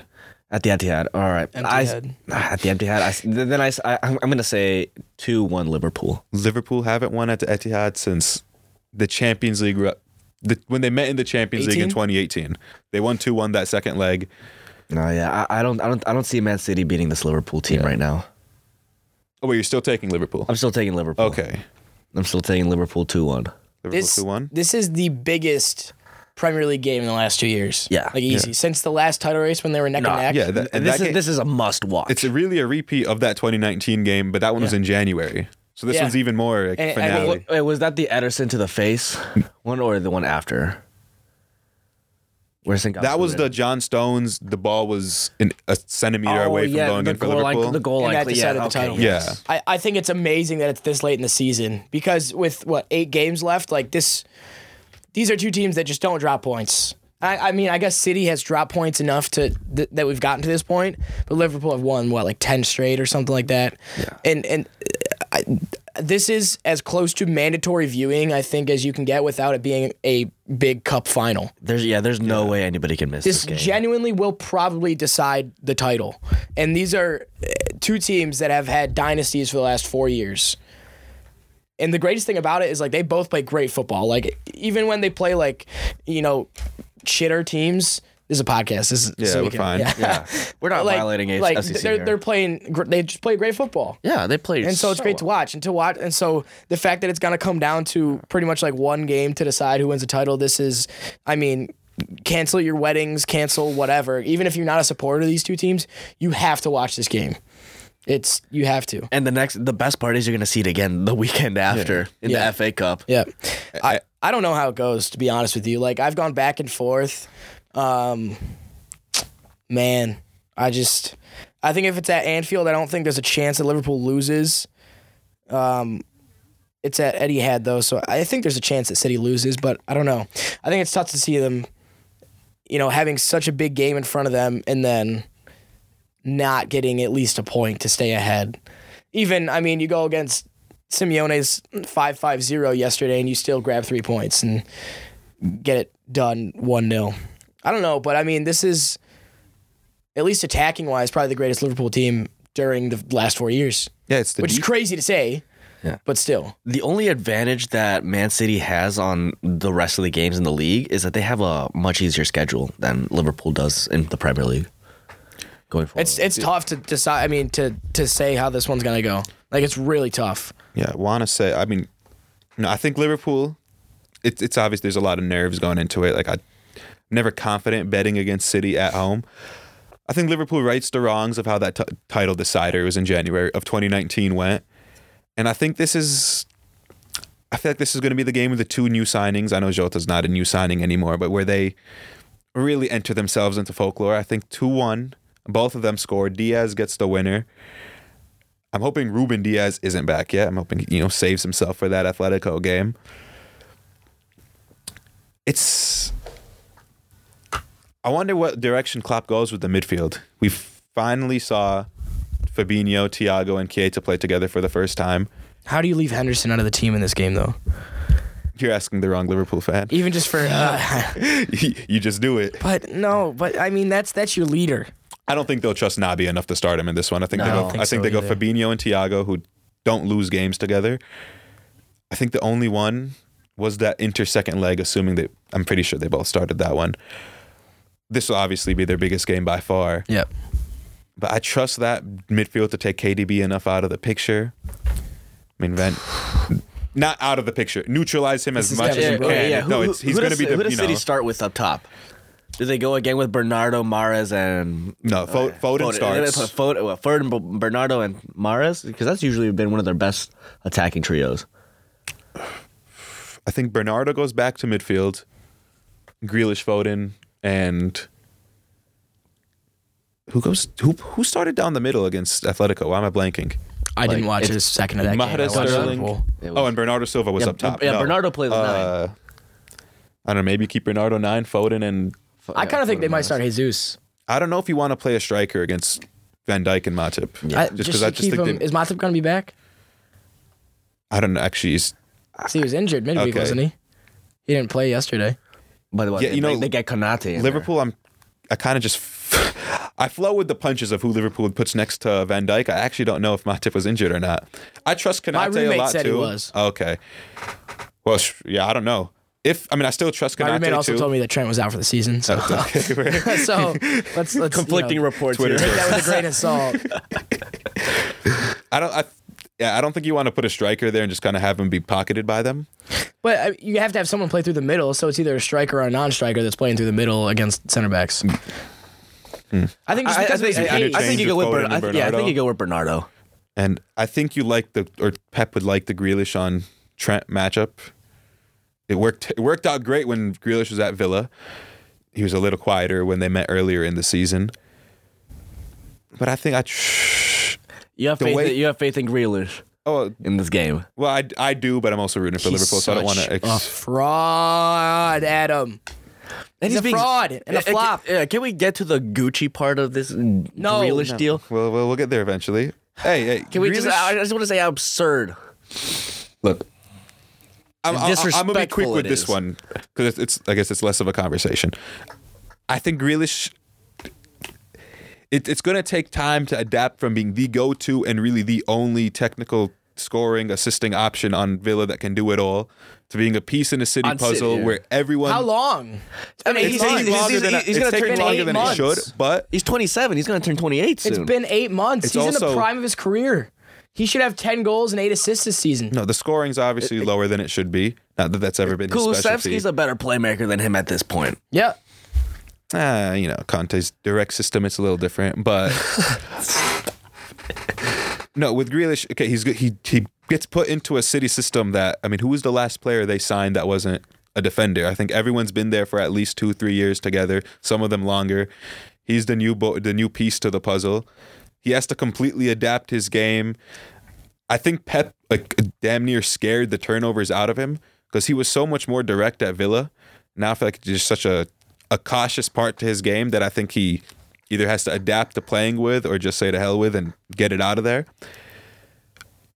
S4: At the Etihad. All right. I s-
S3: Etihad.
S4: at the Etihad. I s then I, am going to say 2 1 Liverpool.
S2: Liverpool haven't won at the Etihad since the Champions League. ru- The, when they met in the Champions League in
S3: 18?
S2: 2018, they won 2-1 that second leg.
S4: No, yeah. I, I don't I don't I don't see Man City beating this Liverpool team right now.
S2: Oh wait, you're still taking Liverpool.
S4: I'm still taking Liverpool.
S2: Okay,
S4: I'm still taking Liverpool 2 1.
S2: Liverpool
S3: This
S2: 2-1.
S3: this is the biggest Premier League game in the last two years.
S4: Yeah.
S3: Like easy since the last title race when they were neck and neck.
S2: Yeah, that, and
S4: this
S2: that
S4: is
S2: game-
S4: this is a must watch.
S2: it's a really a repeat of that 2019 game, but that one was in January. So this
S3: Yeah.
S2: one's even more like,
S3: And- and
S2: finale.
S3: what-
S4: Wait, was that the Ederson to the face one or the one after? Where's it
S2: that was the John Stones. The ball was in a centimeter
S4: oh,
S2: away from
S4: yeah,
S2: going
S4: the
S2: in for
S4: goal line-
S2: Liverpool.
S4: the goal
S3: And
S4: line,
S3: that decided
S4: yeah,
S3: the
S4: okay,
S3: title.
S2: yeah,
S4: yes.
S3: I, I think it's amazing that it's this late in the season because with what eight games left, like this, these are two teams that just don't drop points. I, I mean, I guess City has dropped points enough to th- that we've gotten to this point, but Liverpool have won what like ten straight or something like that, and and uh, I, this is as close to mandatory viewing I think as you can get without it being a big cup final.
S4: There's yeah, there's no way anybody can miss this,
S3: This
S4: game.
S3: genuinely will probably decide the title. And these are uh, two teams that have had dynasties for the last four years. And the greatest thing about it is like they both play great football. Like even when they play like, you know, shitter teams. This is a podcast. This is
S2: Yeah,
S3: so we
S2: we're
S3: can-
S2: fine.
S4: Yeah. We're not
S3: like,
S4: violating a
S3: like
S4: FCC.
S3: they're
S4: here.
S3: they're playing. gr- They just play great football.
S4: yeah, they play.
S3: And so it's great to watch and to watch. And so the fact that it's going to come down to pretty much like one game to decide who wins the title, this is, I mean, cancel your weddings, cancel whatever. Even if you're not a supporter of these two teams, you have to watch this game. It's, you have to.
S4: And the next, the best part is you're gonna see it again the weekend after in
S3: Yeah.
S4: the FA Cup.
S3: Yeah. I, I don't know how it goes, to be honest with you. Like, I've gone back and forth. Um, man, I just, I think if it's at Anfield, I don't think there's a chance that Liverpool loses. Um, it's at Etihad, though, so I think there's a chance that City loses, but I don't know. I think it's tough to see them, you know, having such a big game in front of them and then not getting at least a point to stay ahead. Even, I mean, you go against Simeone's 5 5 0 yesterday and you still grab three points and get it done 1 0. I don't know, but I mean, this is, at least attacking wise, probably the greatest Liverpool team during the last four years,
S2: Yeah, it's the
S3: which is
S2: def-
S3: crazy to say,
S4: Yeah.
S3: but still.
S4: The only advantage that Man City has on the rest of the games in the league is that they have a much easier schedule than Liverpool does in the Premier League. Going forward,
S3: It's it's tough to decide. I mean, to to say how this one's gonna go. Like it's really tough.
S2: Yeah, want to say. I mean, no, I think Liverpool. It's it's obvious. There's a lot of nerves going into it. Like I, am never confident betting against City at home. I think Liverpool rights the wrongs of how that t- title decider was in January of 2019 went, and I think this is. I feel like this is going to be the game with the two new signings. I know Jota's not a new signing anymore, but where they really enter themselves into folklore. I think 2 1, both of them score. Diaz gets the winner. I'm hoping Ruben Diaz isn't back yet. I'm hoping you know saves himself for that Atletico game. It's. I wonder what direction Klopp goes with the midfield. We finally saw Fabinho, Thiago, and Keita play together for the first time.
S3: How do you leave Henderson out of the team in this game though?
S2: You're asking the wrong Liverpool fan.
S3: Even just for, uh,
S2: you just do it.
S3: but no, but I mean that's that's your leader.
S2: I don't think they'll trust Nabi enough to start him in this one. I think
S3: No,
S2: they
S3: I
S2: go. I
S3: don't
S2: think,
S3: think so
S2: they go
S3: either.
S2: Fabinho and Tiago, who don't lose games together. I think the only one was that inter second leg. Assuming that I'm pretty sure they both started that one. This will obviously be their biggest game by far.
S3: Yep.
S2: But I trust that midfield to take KDB enough out of the picture. I mean, Van, not out of the picture. Neutralize him as
S3: is
S2: much as
S3: Kevin
S2: you
S3: De Bruyne.
S2: can.
S4: yeah.
S2: no,
S4: who-
S2: it's,
S4: who-
S2: he's
S4: who
S2: going to
S4: does-
S2: be
S4: Who
S2: the
S4: does
S2: you
S4: City
S2: know,
S4: start with up top? Do they go again with Bernardo, Mares, and
S2: no Fo- Foden
S4: They
S2: starts.
S4: put Foden, well, Foden, B- Bernardo, and Mares because that's usually been one of their best attacking trios.
S2: I think Bernardo goes back to midfield, Grealish Foden, and who goes who who started down the middle against Atletico? Why am I blanking?
S3: I didn't watch his second of that game. I
S2: Mahara
S3: watched
S2: Sterling.
S3: Liverpool.
S2: Oh, and Bernardo Silva was
S4: Yeah,
S2: up top.
S4: yeah,
S2: No.
S4: Bernardo played the
S2: Uh, I don't know. Maybe keep Bernardo nine, Foden, and
S3: I kind of think they might start Jesus.
S2: I don't know if you want to play a striker against Van Dijk and Matip.
S3: I,
S2: just
S3: just
S2: because
S3: to
S2: I just
S3: keep
S2: think
S3: him,
S2: they,
S3: is Matip going to be back?
S2: I don't know. Actually, he's-
S3: 'Cause he was injured midweek,
S2: Okay.
S3: wasn't he? He didn't play yesterday.
S4: By the way,
S2: Yeah,
S4: they,
S2: you know,
S4: they, they get Konate. in there.
S2: Liverpool, I'm, I kind of just, I flow with the punches of who Liverpool puts next to Van Dijk. I actually don't know if Matip was injured or not. I trust Kanate
S3: My
S2: a
S3: roommate
S2: lot
S3: said he
S2: too.
S3: was.
S2: Okay. Well, sh- yeah, I don't know. If I Oh, mean, I still trust
S3: My
S2: Kanate
S3: roommate
S2: too.
S3: also told me that Trent was out for the season. So, so let's let's
S4: conflicting
S3: you know,
S4: reports.
S2: Twitter
S4: here.
S2: says-
S3: that was a grain of salt.
S2: I don't. I, yeah, I don't think you want to put a striker there and just kind of have him be pocketed by them.
S3: But uh, you have to have someone play through the middle, so it's either a striker or a non-striker that's playing through the middle against center backs. I think just
S4: I, I
S3: because
S4: think,
S3: of his
S4: I,
S3: age,
S2: interchange
S4: I think you go with
S2: of Foden
S4: Bern-
S2: and
S4: I, think- yeah, I
S2: Bernardo.
S4: think you go with Bernardo.
S2: And I think you like the or Pep would like the Grealish on Trent matchup. It worked. It worked out great when Grealish was at Villa. He was a little quieter when they met earlier in the season. But I think I. Tr-
S4: You have
S2: The
S4: faith.
S2: way-
S4: that- you have faith in Grealish
S2: oh
S4: in this game.
S2: well, I, I do, but I'm also rooting for
S3: he's
S2: Liverpool, so I don't want
S3: such
S2: to. Ex-
S3: a fraud, Adam.
S4: And
S3: He's a fraud and a
S4: Yeah, can-
S3: flop.
S4: yeah, eh, can we get to the Gucci part of this no, Grealish deal?
S2: Well, well, we'll get there eventually. Hey, hey
S4: Can we just?
S2: Grealish-
S4: I just want to say how absurd.
S2: look? I'm, I'm, I'm gonna be quick
S4: disrespectful
S2: with
S4: it
S2: this
S4: is.
S2: one because it's, it's. I guess it's less of a conversation. I think Grealish. It, it's going to take time to adapt from being the go-to and really the only technical scoring, assisting option on Villa that can do it all, to being a piece in a city
S4: On City,
S2: puzzle
S4: yeah.
S2: where everyone
S3: How long?
S4: I mean,
S2: it's
S4: he's,
S2: taking
S4: he's, he's,
S2: longer
S4: he's,
S2: than I-
S4: he's
S2: it's
S4: gonna
S2: taking
S4: turn
S2: longer
S4: longer
S3: eight
S2: than it
S3: months.
S2: should, but
S4: He's 27. He's gonna turn 28 soon.
S3: It's been eight months.
S2: It's
S3: He's in
S2: also-
S3: the prime of his career. He should have ten goals and eight assists this season.
S2: no, the scoring's obviously lower than it should be. Not that that's ever been his specialty.
S4: Kulusevski's a better playmaker than him at this point.
S3: Yeah.
S2: Ah, you know, Conte's direct system it's a little different, but no, with Grealish, okay, he's good. He he gets put into a city system that I mean, who was the last player they signed that wasn't a defender? I think everyone's been there for at least two, three years together. Some of them longer. He's the new bo- the new piece to the puzzle. He has to completely adapt his game. I think Pep like damn near scared the turnovers out of him because he was so much more direct at Villa. Now I feel like it's just such a a cautious part to his game that I think he either has to adapt to playing with or just say to hell with and get it out of there.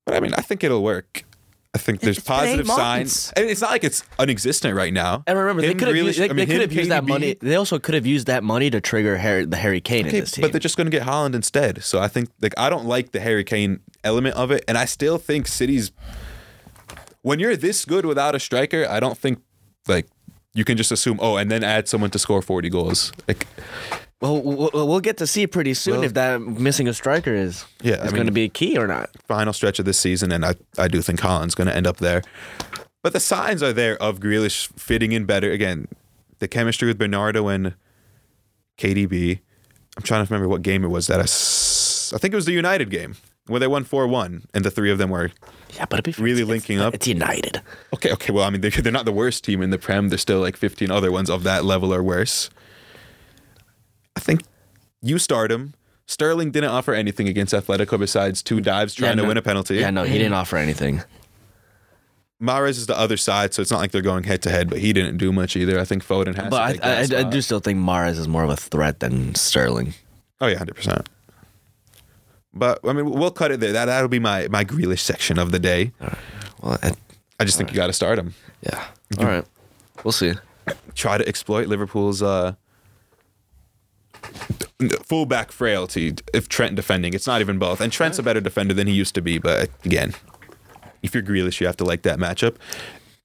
S2: But I mean, I think it'll work. I think there's
S4: It's been eight
S2: positive signs.
S4: months.
S2: And it's not like it's unexistent right now.
S4: And remember, they
S2: Him,
S4: could have
S2: Grealish-
S4: used, they,
S2: I mean,
S4: they
S2: him,
S4: could have used that
S2: KDB,
S4: money. They also could have used that money to trigger Harry, the Harry Kane in this
S2: Okay,
S4: team.
S2: But they're just going to get Holland instead. So I think like I don't like the Harry Kane element of it, and I still think City's. When you're this good without a striker, I don't think like you can just assume oh, and then add someone to score forty goals. Like
S4: well, we'll, we'll get to see pretty soon
S2: Well-
S4: if that missing a striker is
S2: Yeah, I
S4: is
S2: mean-
S4: going to be key or not.
S2: final stretch of this season, and I I do think Holland's going to end up there. But the signs are there of Grealish fitting in better again. The chemistry with Bernardo and KDB. I'm trying to remember what game it was that I, s- I think it was the United game where they won 4-1 and the three of them were
S4: Yeah, but it'd be
S2: Really
S4: it's-
S2: linking
S4: it's,
S2: up.
S4: It's United.
S2: Okay, okay. Well, I mean, they're, they're not the worst team in the Prem. There's still like 15 other ones of that level or worse. I think you start him. Sterling didn't offer anything against Atletico besides two dives trying to
S4: no-
S2: win a penalty.
S4: Yeah, no, he didn't offer anything.
S2: Mahrez is the other side, so it's not like they're going head to head, but he didn't do much either. I think Foden has to
S4: But
S2: take that
S4: I, I, I
S2: spot.
S4: do still think Mares is more of a threat than Sterling.
S2: Oh, yeah, 100%. But, I mean, we'll cut it there. That, that'll be my, my Grealish section of the day.
S4: Well, I,
S2: I just think you got to start him.
S4: yeah. All right, we'll see.
S2: try to exploit Liverpool's uh, fullback frailty if Trent defending. It's not even both. And Trent's a better defender than he used to be, but again, if you're Grealish, you have to like that matchup.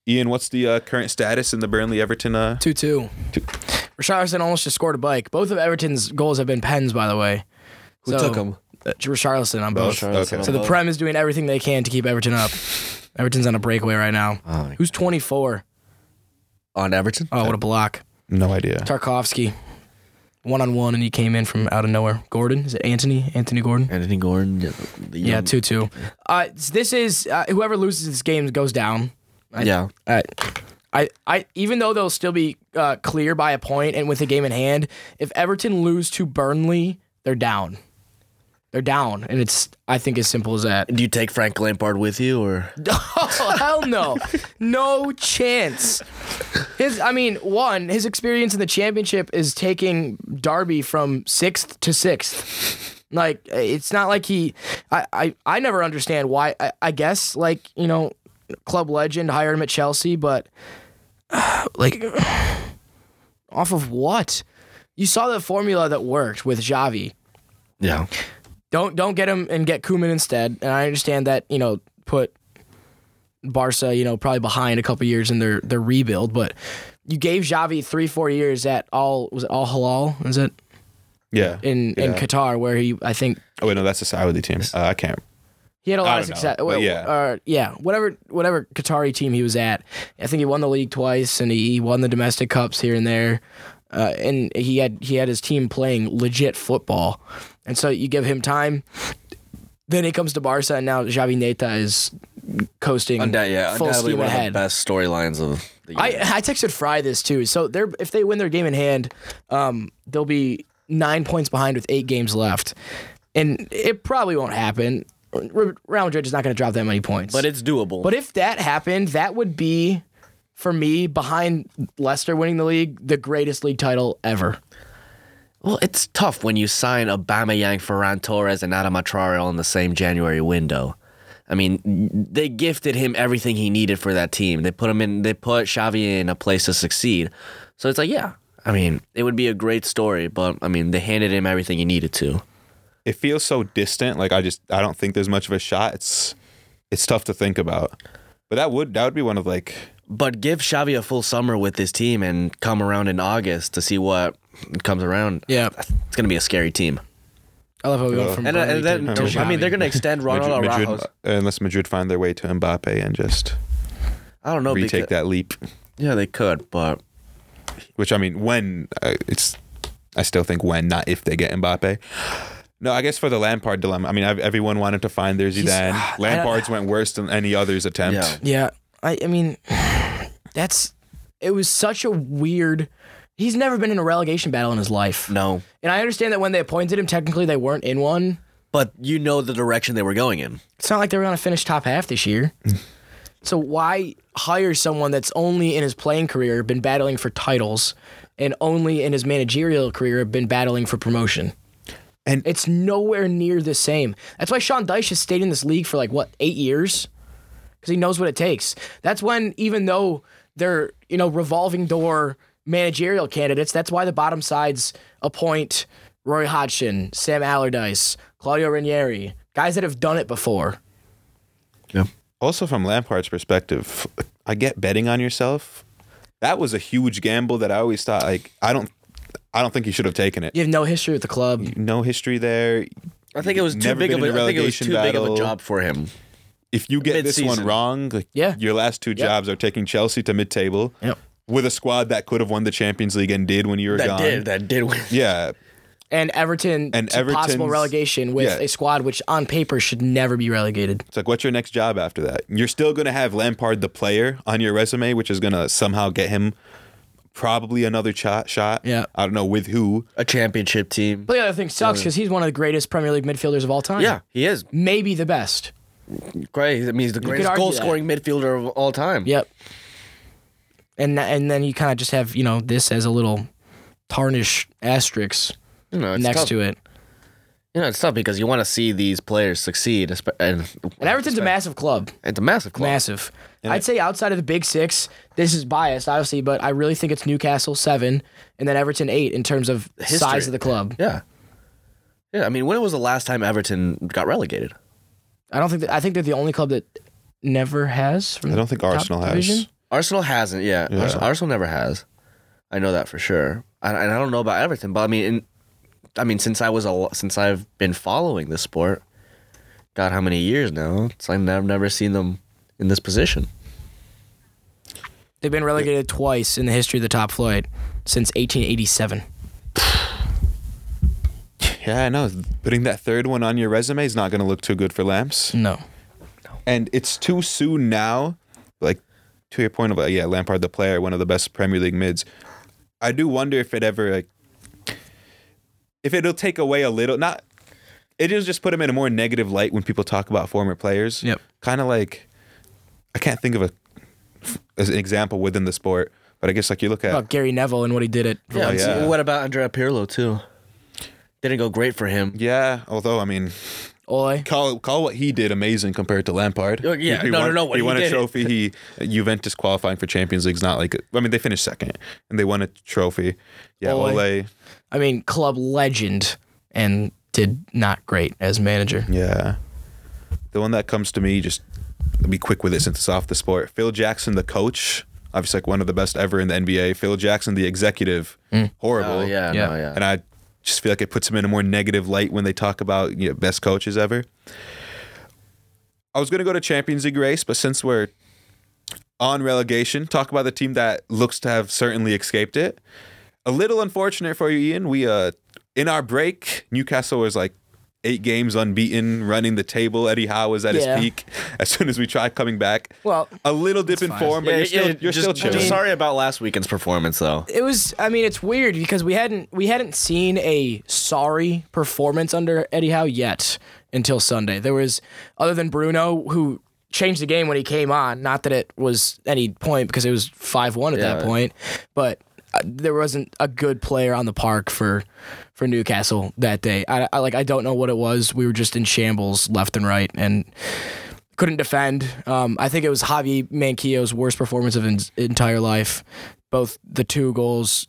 S2: Ian, what's the uh, current status in the Burnley Everton? Uh,
S3: Two two. Richarlison almost just scored a bike. Both of Everton's goals have been pens, by the way. Who
S4: took 'em?
S3: Richarlison on both.
S2: Okay.
S3: So the Prem is doing everything they can to keep Everton up. Everton's on a breakaway right now.
S2: Oh,
S4: my
S3: Who's 24?
S4: On Everton,
S3: Oh, what a block.
S2: no idea.
S3: Tarkovsky. One on one, and he came in from out of nowhere. Gordon? Is it Anthony? Anthony Gordon?
S4: Anthony Gordon. Yeah, the
S3: Yeah,
S4: young-
S3: two two. Uh, s- this is uh, whoever loses this game goes down. I,
S4: Yeah.
S3: I, I, I, even though they'll still be uh, clear by a point and with a game in hand, if Everton lose to Burnley, they're down. They're down, and it's I think as simple as that.
S4: Do you take Frank Lampard with you, or
S3: Oh hell no, no chance. His, I mean, one, his experience in the championship is taking Derby from sixth to sixth. Like it's not like he. I I, I never understand why. I, I guess like you know, club legend hired him at Chelsea, but like off of what? You saw the formula that worked with Xavi.
S4: yeah?
S3: Don't don't get him and get Kuman instead. And I understand that you know put Barca you know probably behind a couple years in their their rebuild, but you gave Xavi three four years at all was it all halal is it
S2: Yeah.
S3: in in
S2: Yeah.
S3: Qatar where he I think
S2: oh, wait, no, that's the Saudi team. Uh, I can't.
S3: he had a
S2: I
S3: lot of
S2: don't know,
S3: success.
S2: but
S3: well,
S2: yeah.
S3: or- yeah, whatever whatever Qatari team he was at, I think he won the league twice and he won the domestic cups here and there. Uh, and he had he had his team playing legit football, and so you give him time. Then he comes to Barca, and now Xavi Neta is coasting
S4: Undou- yeah,
S3: full
S4: undoubtedly
S3: steam
S4: one
S3: ahead.
S4: of the best storylines of the year.
S3: I I texted Fry this too. So they're if they win their game in hand, um, they'll be nine points behind with eight games left, and it probably won't happen. R- Real Madrid is not going to drop that many points.
S4: but it's doable.
S3: but if that happened, that would be for me behind Leicester winning the league, the greatest league title ever.
S4: well, it's tough when you sign Obama Yang, Ferran Torres, and Adama Traore all in the same January window. I mean, they gifted him everything he needed for that team. They put him in. They put Xavi in a place to succeed. So it's like, yeah. I mean, it would be a great story, but I mean, they handed him everything he needed to.
S2: It feels so distant. Like, I just, I don't think there's much of a shot. It's it's tough to think about. But that would that would be one of like
S4: But give Xavi a full summer with this team and come around in August to see what comes around.
S3: Yeah,
S4: It's going to be a scary team.
S3: I love how we went from
S4: And, uh, and
S3: Burnley
S4: then,
S3: to- to
S4: I mean, they're going to extend
S3: Oh,
S4: Ronald
S2: Madrid, Madrid-
S4: Araujo's.
S2: unless Madrid find their way to Mbappe and just
S4: I don't know.
S2: retake
S4: Oh, because-
S2: that leap.
S4: Yeah, they could, but
S2: Which I mean, when uh, it's, I still think when, not if they get Mbappe. No, I guess for the Lampard dilemma. I mean, I've, everyone wanted to find their Zidane. Lampard's went worse than any other's attempt.
S4: ah, Yeah.
S3: Yeah. I, I mean, that's. It was such a weird. He's never been in a relegation battle in his life.
S4: no.
S3: And I understand that when they appointed him, technically they weren't in one.
S4: But you know the direction they were going in.
S3: It's not like they were going to finish top half this year. so why hire someone that's only in his playing career been battling for titles and only in his managerial career been battling for promotion?
S2: And-
S3: it's nowhere near the same. That's why Sean Dyche has stayed in this league for like what, 8 years? Cuz he knows what it takes. That's when even though they're, you know, revolving door managerial candidates, that's why the bottom sides appoint Roy Hodgson, Sam Allardyce, Claudio Ranieri, guys that have done it before.
S2: Also, from Lampard's perspective, I get betting on yourself. That was a huge gamble that I always thought like I don't, I don't think he should have taken it.
S3: You have no history with the club.
S2: No history there.
S4: I think it was too
S2: Never
S4: big
S2: been
S4: of a,
S2: in a
S4: I think it was
S2: relegation
S4: too big of a
S2: battle.
S4: job for him.
S2: if you get this one
S4: Mid-season.
S2: wrong, like
S3: Yeah.
S2: your last two jobs are taking Chelsea to mid table
S3: Yep.
S2: with a squad that could have won the Champions League and did when you were
S4: That
S2: gone.
S4: did. That did win.
S2: Yeah.
S3: And Everton
S2: And
S3: to possible
S2: Everton's-
S3: relegation with
S2: yeah.
S3: a squad which on paper should never be relegated.
S2: It's like, what's your next job after that? You're still going to have Lampard, the player, on your resume, which is going to somehow get him probably another shot. shot.
S3: Yeah.
S2: I don't know with who.
S4: A championship team.
S3: But the other thing sucks because he's one of the greatest Premier League midfielders of all time.
S4: yeah, he is
S3: Maybe the best.
S4: great. I mean, he's the greatest
S3: argue
S4: goal scoring midfielder of all time.
S3: Yep. And tha- and then you kind of just have, you know, this as a little tarnish asterisk
S4: You know, it's
S3: next
S4: tough.
S3: to it.
S4: You know, it's tough because you want to see these players succeed. espe- And,
S3: And Everton's a massive club.
S4: It's a massive club.
S3: Massive. I'd say outside of the big six, this is biased, obviously, but I really think it's Newcastle seven and then Everton eight in terms of size
S4: History.
S3: of the club.
S4: Yeah. Yeah. I mean, when was the last time Everton got relegated?
S3: I don't think that, I think they're the only club that never has. From
S2: I don't think
S3: the top
S2: Arsenal has.
S3: division.
S4: Arsenal hasn't. Yeah.
S2: Yeah.
S4: Arsenal, Arsenal never has. I know that for sure. And, and I don't know about Everton, but I mean, in, I mean, since I was a, since I've been following this sport, God, how many years now? It's like I've never seen them in this position.
S3: They've been relegated twice in the history of the top flight since 1887.
S2: Yeah, I know. Putting that third one on your resume is not going to look too good for Lamps.
S3: No.
S2: and it's too soon now. Like to your point about yeah, Lampard the player, one of the best Premier League mids. I do wonder if it ever like if it'll take away a little. Not it'll just put him in a more negative light when people talk about former players.
S3: Yep.
S2: Kind of like I can't think of a as an example within the sport, but I guess like you look at
S3: About Gary Neville and what he did at
S4: Yeah,
S2: Oh, yeah.
S4: and so What about Andrea Pirlo too? Didn't go great for him.
S2: yeah. Although I mean,
S3: Ole.
S2: call call what he did amazing compared to Lampard.
S4: Oh, yeah.
S2: he, he
S4: No, no,
S2: won,
S4: no, what
S2: he
S4: he
S2: won a
S4: did.
S2: trophy. He Juventus qualifying for Champions League's not like I mean they finished second and they won a trophy. Yeah,
S3: Ole.
S2: Ole.
S3: I mean, club legend and did not great as manager.
S2: Yeah, the one that comes to me just I'll be quick with it since it's off the sport. Phil Jackson, the coach, obviously like one of the best ever in the NBA. Phil Jackson, the executive, horrible.
S4: Oh yeah,
S3: Yeah.
S4: no, yeah.
S2: and I just feel like it puts him in a more negative light when they talk about you know, best coaches ever. I was going to go to Champions League race, but since we're on relegation, talk about the team that looks to have certainly escaped it. A little unfortunate for you, Ian. We uh, in our break, Newcastle was like eight games unbeaten, running the table. Eddie Howe was at
S3: Yeah.
S2: his peak. As soon as we tried coming back,
S3: Well,
S2: a little dip in form, but
S4: Yeah,
S2: you're still
S4: yeah,
S2: you're
S4: just,
S2: still
S4: just
S2: chilling.
S4: sorry about last weekend's performance though.
S3: It was. I mean, it's weird because we hadn't we hadn't seen a sorry performance under Eddie Howe yet until Sunday. There was other than Bruno who changed the game when he came on. Not that it was any point because it was five one at that
S4: Yeah.
S3: point, but uh, there wasn't a good player on the park for for Newcastle that day. I, I like I don't know what it was. We were just in shambles left and right and. Couldn't defend. Um, I think it was Javi Manquillo's worst performance of his entire life. Both the two goals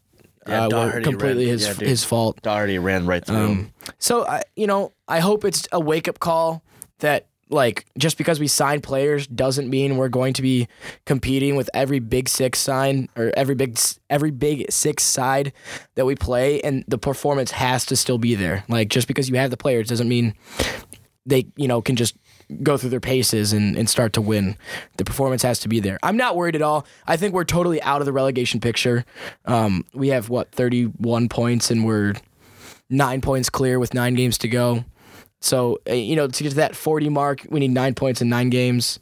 S3: uh,
S4: Yeah,
S3: were
S4: Doherty
S3: completely
S4: ran-
S3: his
S4: yeah, dude.
S3: his fault.
S4: Doherty ran right through. him.
S3: So I, you know, I hope it's a wake up call that like just because we sign players doesn't mean we're going to be competing with every big six sign or every big every big six side that we play and the performance has to still be there like just because you have the players doesn't mean they you know can just go through their paces and, and start to win the performance has to be there i'm not worried at all i think we're totally out of the relegation picture um, we have what 31 points and we're nine points clear with nine games to go so, uh, you know, to get to that 40 mark, we need nine points in nine games.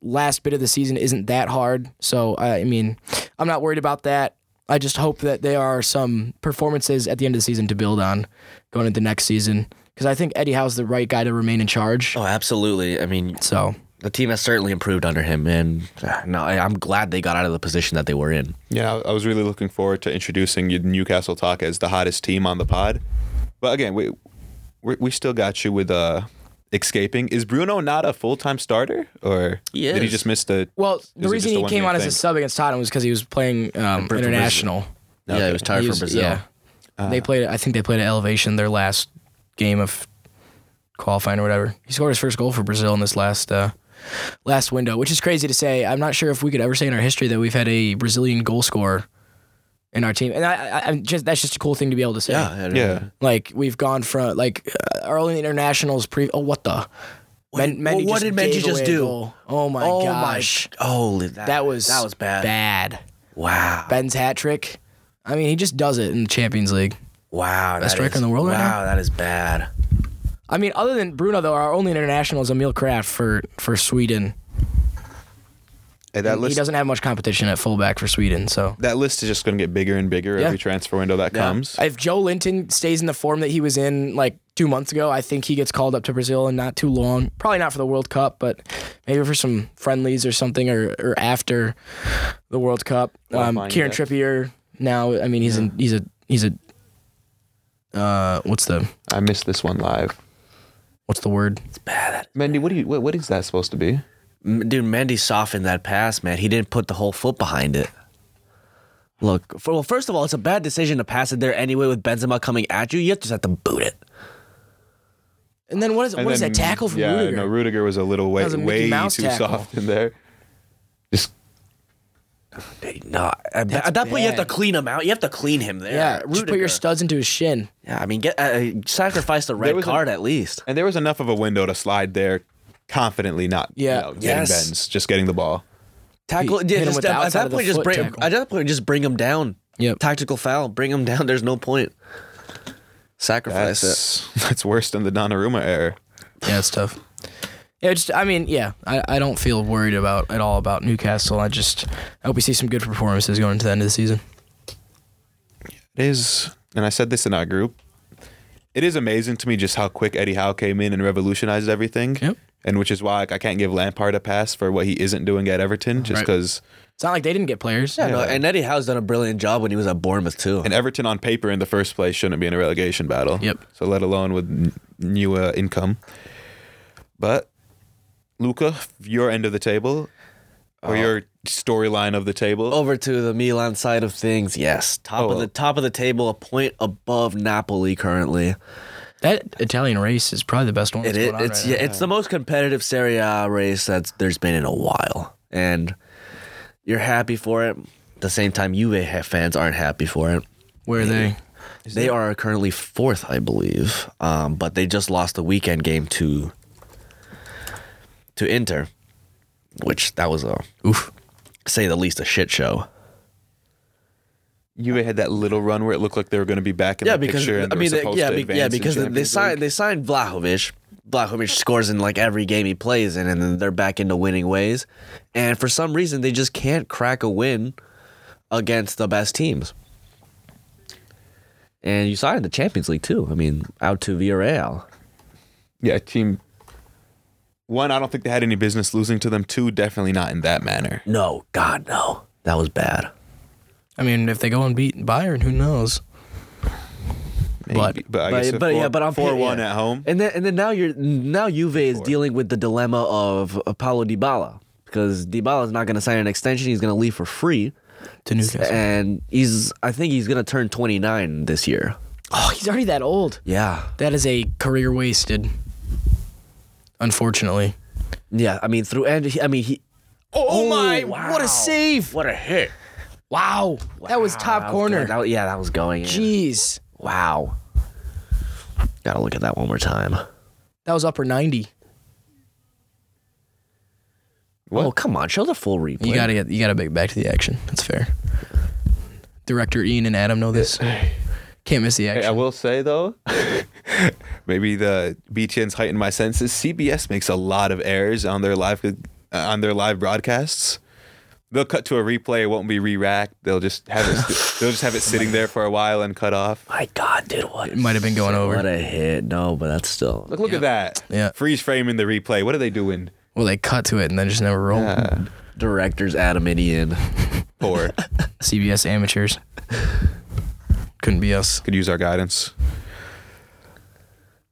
S3: Last bit of the season isn't that hard. So, I I mean, I'm not worried about that. I just hope that there are some performances at the end of the season to build on going into next season. Because I think Eddie Howe's the right guy to remain in charge.
S4: Oh, absolutely. I mean,
S3: So,
S4: the team has certainly improved under him, and uh, no, I, I'm glad they got out of the position that they were in.
S2: Yeah, I was really looking forward to introducing you to Newcastle Talk as the hottest team on the pod. But again, we we, we still got you with uh escaping. Is Bruno not a full time starter, or
S4: He
S2: did he
S4: is.
S2: just miss the?
S3: well,
S2: is
S3: the
S2: it
S3: reason
S2: just a
S3: he came
S2: one-game
S3: on as
S2: thing?
S3: a sub against Tottenham was because he was playing um,
S4: Brazil.
S3: international.
S4: Yeah, he was tired
S3: He
S4: from
S3: was-
S4: Brazil.
S3: Yeah.
S4: Uh,
S3: they played, I think they played at Elevation their last game of qualifying or whatever. He scored his first goal for Brazil in this last uh, last window, which is crazy to say. I'm not sure if we could ever say in our history that we've had a Brazilian goal scorer in our team, and I, I, I'm just that's just a cool thing to be able to say.
S4: I don't
S2: Yeah,
S4: know.
S3: Like we've gone from like uh, our only internationals pre. Oh, what the. Men,
S4: well, what did Mendy
S3: gave
S4: just
S3: away a
S4: do?
S3: goal. Oh my
S4: oh
S3: gosh,
S4: my! Oh, that,
S3: that was
S4: that was bad.
S3: Bad.
S4: Wow!
S3: Ben's hat trick. I mean, he just does it in the Champions League.
S4: wow! Best
S3: striker in the world
S4: Wow,
S3: right now?
S4: that is bad.
S3: I mean, other than Bruno, though, our only international is Emil Kraft for for Sweden.
S2: And that
S3: he
S2: list
S3: doesn't have much competition at fullback for Sweden. So
S2: that list is just going to get bigger and bigger
S3: Yeah.
S2: every transfer window that comes.
S3: if Joe Linton stays in the form that he was in like two months ago, I think he gets called up to Brazil in not too long. Probably not for the World Cup, but maybe for some friendlies or something, or, or after the World Cup. Um,
S2: fine,
S3: Kieran
S2: yeah.
S3: Trippier now. I mean, he's in, he's a he's a uh, what's the
S2: I missed this one live.
S3: what's the word?
S2: Mendy, what do you what, what is that supposed to be?
S4: M- Dude, Mendy softened that pass, man. He didn't put the whole foot behind it. Look, for, well, first of all, it's a bad decision to pass it there anyway with Benzema coming at you. You just have to boot it.
S3: And then what is
S2: And
S3: what is
S2: then-
S3: that tackle from
S2: yeah,
S3: Rudiger?
S2: no, Rudiger was a little way
S3: was a Mickey
S2: way
S3: Mouse
S2: too
S3: tackle.
S2: soft in there. Just
S4: Dude, No, at,
S3: That's
S4: at that point you have to
S3: bad.
S4: clean him out. You have to clean him there.
S3: yeah, just put
S4: Rudiger.
S3: your studs into his shin.
S4: Yeah, I mean, get uh, sacrifice the
S2: There
S4: red
S2: was a-
S4: card at least.
S2: and there was enough of a window to slide there confidently, not
S3: Yeah.
S2: you know, getting
S4: Yes.
S2: bends, just getting the ball.
S4: Tackle.
S3: Hit
S4: yeah,
S3: him
S4: just
S3: with the
S4: at- at
S3: outside
S4: that
S3: of the
S4: point, just
S3: foot
S4: bring.
S3: tackle.
S4: At that point, just bring him down.
S3: Yep.
S4: Tactical foul. Bring him down. There's no point. Sacrifice it.
S2: That's that's worse than the Donnarumma error.
S3: Yeah, it's tough. Yeah, just I mean, yeah, I, I don't feel worried about at all about Newcastle. I just I hope we see some good performances going into the end of the season.
S2: It is, and I said this in our group. It is amazing to me just how quick Eddie Howe came in and revolutionized everything.
S3: Yep.
S2: And which is why like, I can't give Lampard a pass for what he isn't doing at Everton, just
S3: Right.
S2: because.
S3: It's not like they didn't get players.
S4: No, and Eddie Howe's done a brilliant job when he was at Bournemouth too.
S2: And Everton on paper in the first place shouldn't be in a relegation battle.
S3: Yep.
S2: So let alone with n- new uh, income. But Luca, your end of the table, or your storyline of the table.
S4: Over to the Milan side of things, yes, top
S3: Oh.
S4: of the top of the table, a point above Napoli currently.
S3: That Italian race is probably the best one.
S4: It,
S3: that's
S4: it
S3: going on
S4: it's
S3: right
S4: yeah, it's the most competitive Serie A race that's there's been in a while, and you're happy for it. At the same time, Juve ha- fans aren't happy for it.
S3: now. Where are they?
S4: they are currently fourth, I believe, um, but they just lost the weekend game to to Inter, which that was a oof, say the least, a shit show.
S2: Juve had that little run where it looked like they were going to be back in
S4: yeah,
S2: the
S4: because
S2: picture. And they
S4: I
S2: were
S4: mean, they-
S2: supposed
S4: yeah,
S2: to
S4: be-
S2: advance
S4: yeah,
S2: in
S4: because they, they
S2: Champions
S4: signed
S2: League.
S4: they signed Vlahovic. Vlahovic scores in like every game he plays in, and then they're back into winning ways. And for some reason, they just can't crack a win against the best teams. And you saw it in the Champions League too. I mean, out to Villarreal.
S2: Yeah, team. One, I don't think they had any business losing to them. Two, definitely not in that manner.
S4: No, God, no, that was bad.
S3: I mean, if they go and beat Bayern, who knows? But-
S2: Maybe, I guess if four, four one
S4: yeah.
S2: at home.
S4: And then and then now you're now Juve is dealing with the dilemma of uh, Paulo Dybala because Dybala is not going to sign an extension. He's going to leave for free,
S3: To Newcastle.
S4: and he's I think he's going to turn 29 this year.
S3: Oh, he's already that old.
S4: Yeah,
S3: That is a career wasted. unfortunately.
S4: Yeah, I mean through and he- I mean he.
S3: Oh, my!
S4: wow.
S3: What a save!
S4: What a hit!
S3: Wow, that was
S4: Wow,
S3: top
S4: that was
S3: corner.
S4: good. That was- yeah, that was going. in.
S3: Jeez,
S4: Wow. Gotta look at that one more time.
S3: that was upper ninety.
S2: What?
S4: Oh come on, show the full replay.
S3: You gotta get you gotta get back to the action. That's fair. Director Ian and Adam know this. Can't miss the
S2: Hey, I
S3: action.
S2: will say though, maybe the BTN's heightened my senses. CBS makes a lot of errors on their live uh, on their live broadcasts. They'll cut to a replay. It won't be re-racked. They'll just have it. they'll just have it sitting there for a while and cut off.
S4: My God, dude, what?
S3: It might have been going
S4: What
S3: over.
S4: a hit! No, but that's still.
S2: Look, look at that.
S3: Yeah.
S2: Freeze framing the replay. What are they doing?
S3: Well, they cut to it and then just never rolled.
S4: Uh, Directors Adam and Ian.
S2: Poor.
S3: CBS amateurs. Couldn't be us.
S2: Could use our guidance.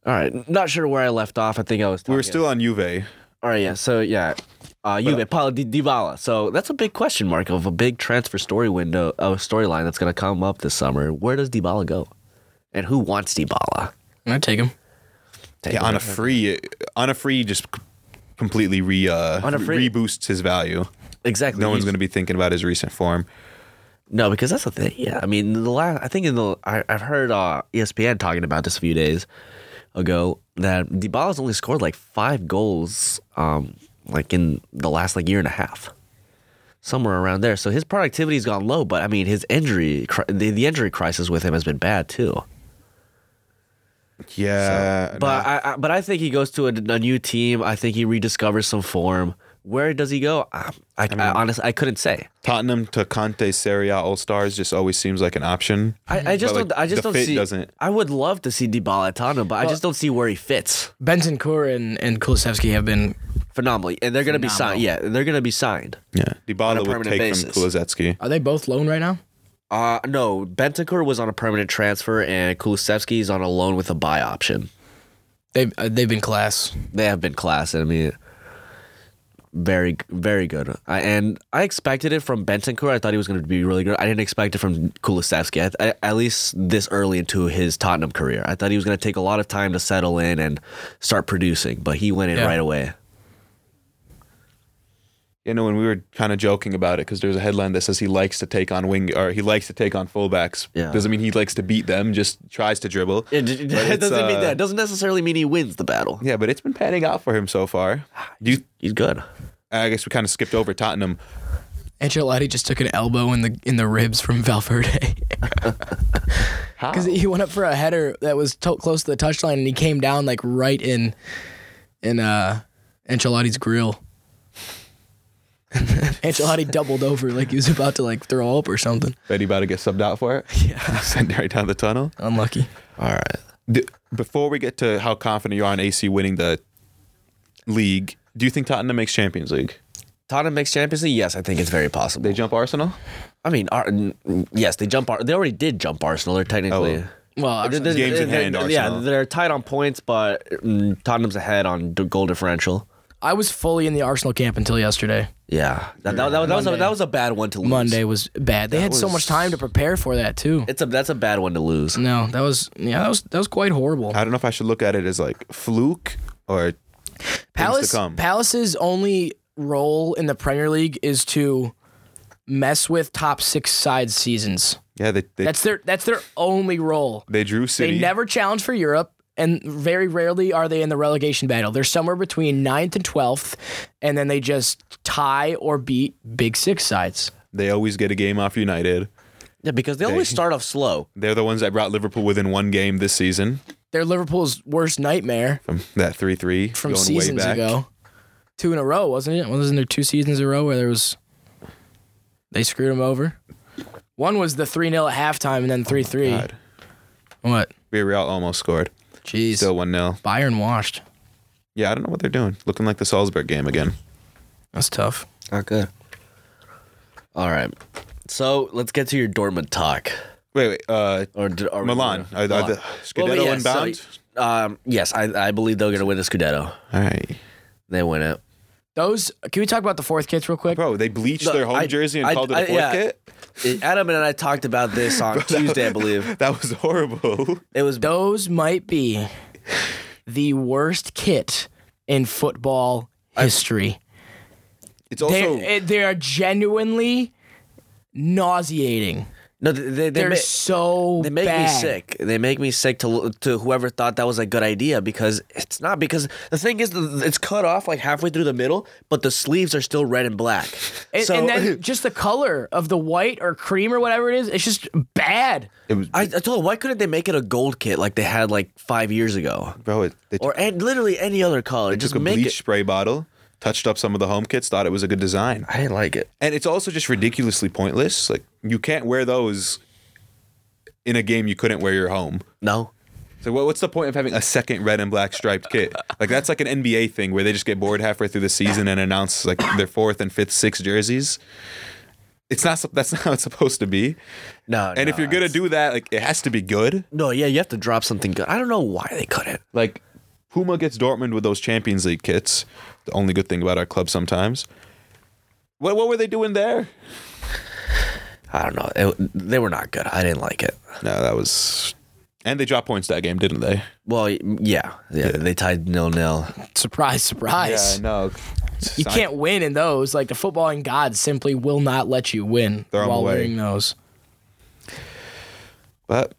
S4: All right, not sure where I left off. I think I was.
S2: We were
S4: talking-
S2: still on Juve.
S4: All right, yeah. So yeah, uh, Juve, Paulo Di- Dybala. So that's a big question mark of a big transfer story window, a storyline that's going to come up this summer. Where does Dybala go, and who wants Dybala?
S3: I take him.
S4: Take
S2: Yeah,
S4: a
S2: on a
S4: look.
S2: free, on a free, just c- completely re uh,
S4: On a free-
S2: reboosts his value.
S4: exactly.
S2: No one's
S4: He's-
S2: going to be thinking about his recent form.
S4: No, because that's the thing. Yeah, I mean, the last I think in the I, I've heard uh, ESPN talking about this a few days ago that Dybala's only scored like five goals, um, like in the last like year and a half, somewhere around there. So his productivity's gone low, but I mean, his injury, cri- the, the injury crisis with him has been bad too.
S2: Yeah,
S4: But I, I but I think he goes to a, a new team. I think he rediscovers some form. Where does he go? I, I, I honestly I couldn't say.
S2: Tottenham to Conte Serie A All Stars just always seems like an option.
S4: I, I just
S2: But, like,
S4: don't. I just
S2: the
S4: don't
S2: fit
S4: see.
S2: doesn't-
S4: I would love to see Dybala at Tottenham, but I just don't see where he fits.
S3: Bentoncourt and, and Kulisevsky have been
S4: Phenomenally, and they're gonna be signed. Yeah, they're gonna be signed.
S2: Yeah, Dybala would
S4: permanent
S2: take
S4: basis.
S2: from Kulozetsky.
S3: are they both loan right now?
S4: Uh no, Bentancur was on a permanent transfer, and Kulusevski is on a loan with a buy option.
S3: They've uh, they've been class.
S4: They have been class. and I mean, very very good. I, and I expected it from Bentancur. I thought he was gonna be really good. I didn't expect it from Kulusevski. I, I, at least this early into his Tottenham career, I thought he was gonna take a lot of time to settle in and start producing, but he went in
S3: Yeah.
S4: right away.
S2: You know, when we were kind of joking about it because there's a headline that says he likes to take on wing or he likes to take on fullbacks.
S4: Yeah.
S2: Doesn't mean he likes to beat them. Just tries to dribble.
S4: It, it
S2: But it's,
S4: doesn't mean
S2: uh,
S4: that. It doesn't necessarily mean he wins the battle.
S2: Yeah, but it's been panning out for him so far. Do you?
S4: He's good.
S2: I guess we kind of skipped over Tottenham.
S3: Ancelotti just took an elbow in the in the ribs from Valverde because he went up for a header that was to- close to the touchline and he came down like right in in uh Ancelotti's grill. Ancelotti doubled over like he was about to like throw up or something.
S2: Bet he about to get subbed out for it. Yeah, sent right down the tunnel.
S3: Unlucky.
S4: All right.
S2: D- Before we get to how confident you are in AC winning the league, do you think Tottenham makes Champions League?
S4: Tottenham makes Champions League. Yes, I think it's very possible.
S2: They jump Arsenal.
S4: I mean, Ar- n- n- yes, they jump. Ar- they already did jump Arsenal. They're technically. Uh,
S2: Oh.
S3: Well,
S4: They're- they're-
S2: Games in
S4: they're-
S2: hand,
S4: Yeah,
S2: Arsenal.
S4: they're tied on points, but mm, Tottenham's ahead on d- goal differential.
S3: I was fully in the Arsenal camp until yesterday.
S4: Yeah, that, that, that, was a, that was a bad one to lose.
S3: Monday was bad. They had so
S4: was-
S3: much time to prepare for that too.
S4: it's a that's a bad one to lose.
S3: No, that was yeah, that was that was quite horrible.
S2: I don't know if I should look at it as like fluke or
S3: Palace
S2: come.
S3: Palace's only role in the Premier League is to mess with top 6 side seasons.
S2: yeah they they,
S3: That's their that's their only role.
S2: they drew City.
S3: They never challenge for Europe and very rarely are they in the relegation battle. They're somewhere between 9th and 12th and then they just tie or beat big 6 sides.
S2: They always get a game off United.
S4: Yeah, because they always start off slow.
S2: They're the ones that brought Liverpool within one game this season
S3: They're Liverpool's worst nightmare
S2: from that three three
S3: from seasons ago. Two in a row, wasn't it? Wasn't there two seasons in a row where there was they screwed him over? One was the three 0 at halftime, and then three
S4: Oh,
S3: three.
S2: God,
S3: What?
S2: Villarreal almost scored.
S3: Jeez.
S2: Still one 0
S3: Bayern washed.
S2: Yeah, I don't know what they're doing. Looking like the Salzburg game again.
S3: That's tough.
S4: Okay. All right. So let's get to your Dortmund talk.
S2: Wait, wait. Uh,
S4: Or, d- or
S2: Milan. Are- are the Scudetto
S4: but so,
S2: inbound?
S4: um, yes, I, I believe they're going to win the Scudetto.
S2: all right,
S4: They win it.
S3: Those. Can we talk about the fourth kits real quick?
S2: bro. They bleached
S4: Look,
S2: their home
S4: I-
S2: jersey and
S4: I-
S2: called it
S4: I-
S2: a fourth
S4: yeah.
S2: kit.
S4: Adam and I talked about this on Tuesday, I believe.
S2: That was horrible.
S4: It was
S3: Those might be the worst kit in football history.
S2: It's also
S3: they eh, they are genuinely nauseating.
S4: No, they, they, they
S3: They're
S4: ma-
S3: so
S4: they make
S3: bad.
S4: me sick. They make me sick to to whoever thought that was a good idea because it's not. Because the thing is, the- it's cut off like halfway through the middle, but the sleeves are still red and black.
S3: And,
S4: so
S3: and then just the color of the white or cream or whatever it is, it's just bad.
S2: it was
S4: I, I told him, why couldn't they make it a gold kit like they had like five years ago,
S2: bro. It, they
S4: or and literally any other color? Just
S2: took a
S4: make
S2: bleach
S4: it.
S2: spray bottle, touched up some of the home kits, thought it was a good design.
S4: I didn't like it.
S2: And it's also just ridiculously pointless. Like you can't wear those in a game you couldn't wear your home.
S4: No,
S2: So what, what's the point of having a second red and black striped kit? Like that's like an NBA thing where they just get bored halfway through the season and announce like their fourth and fifth, sixth jerseys. It's not. sup- That's not how it's supposed to be.
S4: no.
S2: And if you're gonna do that, like it has to be good.
S4: no, yeah, you have to drop something good. I don't know why they couldn't.
S2: Like Puma gets Dortmund with those Champions League kits. The only good thing about our club sometimes. What what were they doing there?
S4: I don't know. It, they were not good. I didn't like it.
S2: No, that was. And they dropped points that game, didn't they?
S4: Well, yeah, yeah. They tied nil nil.
S3: Surprise, surprise.
S2: no.
S3: you can't win in those. Like the footballing gods simply will not let you win
S2: Throw 'em
S3: while
S2: away.
S3: wearing those.
S2: But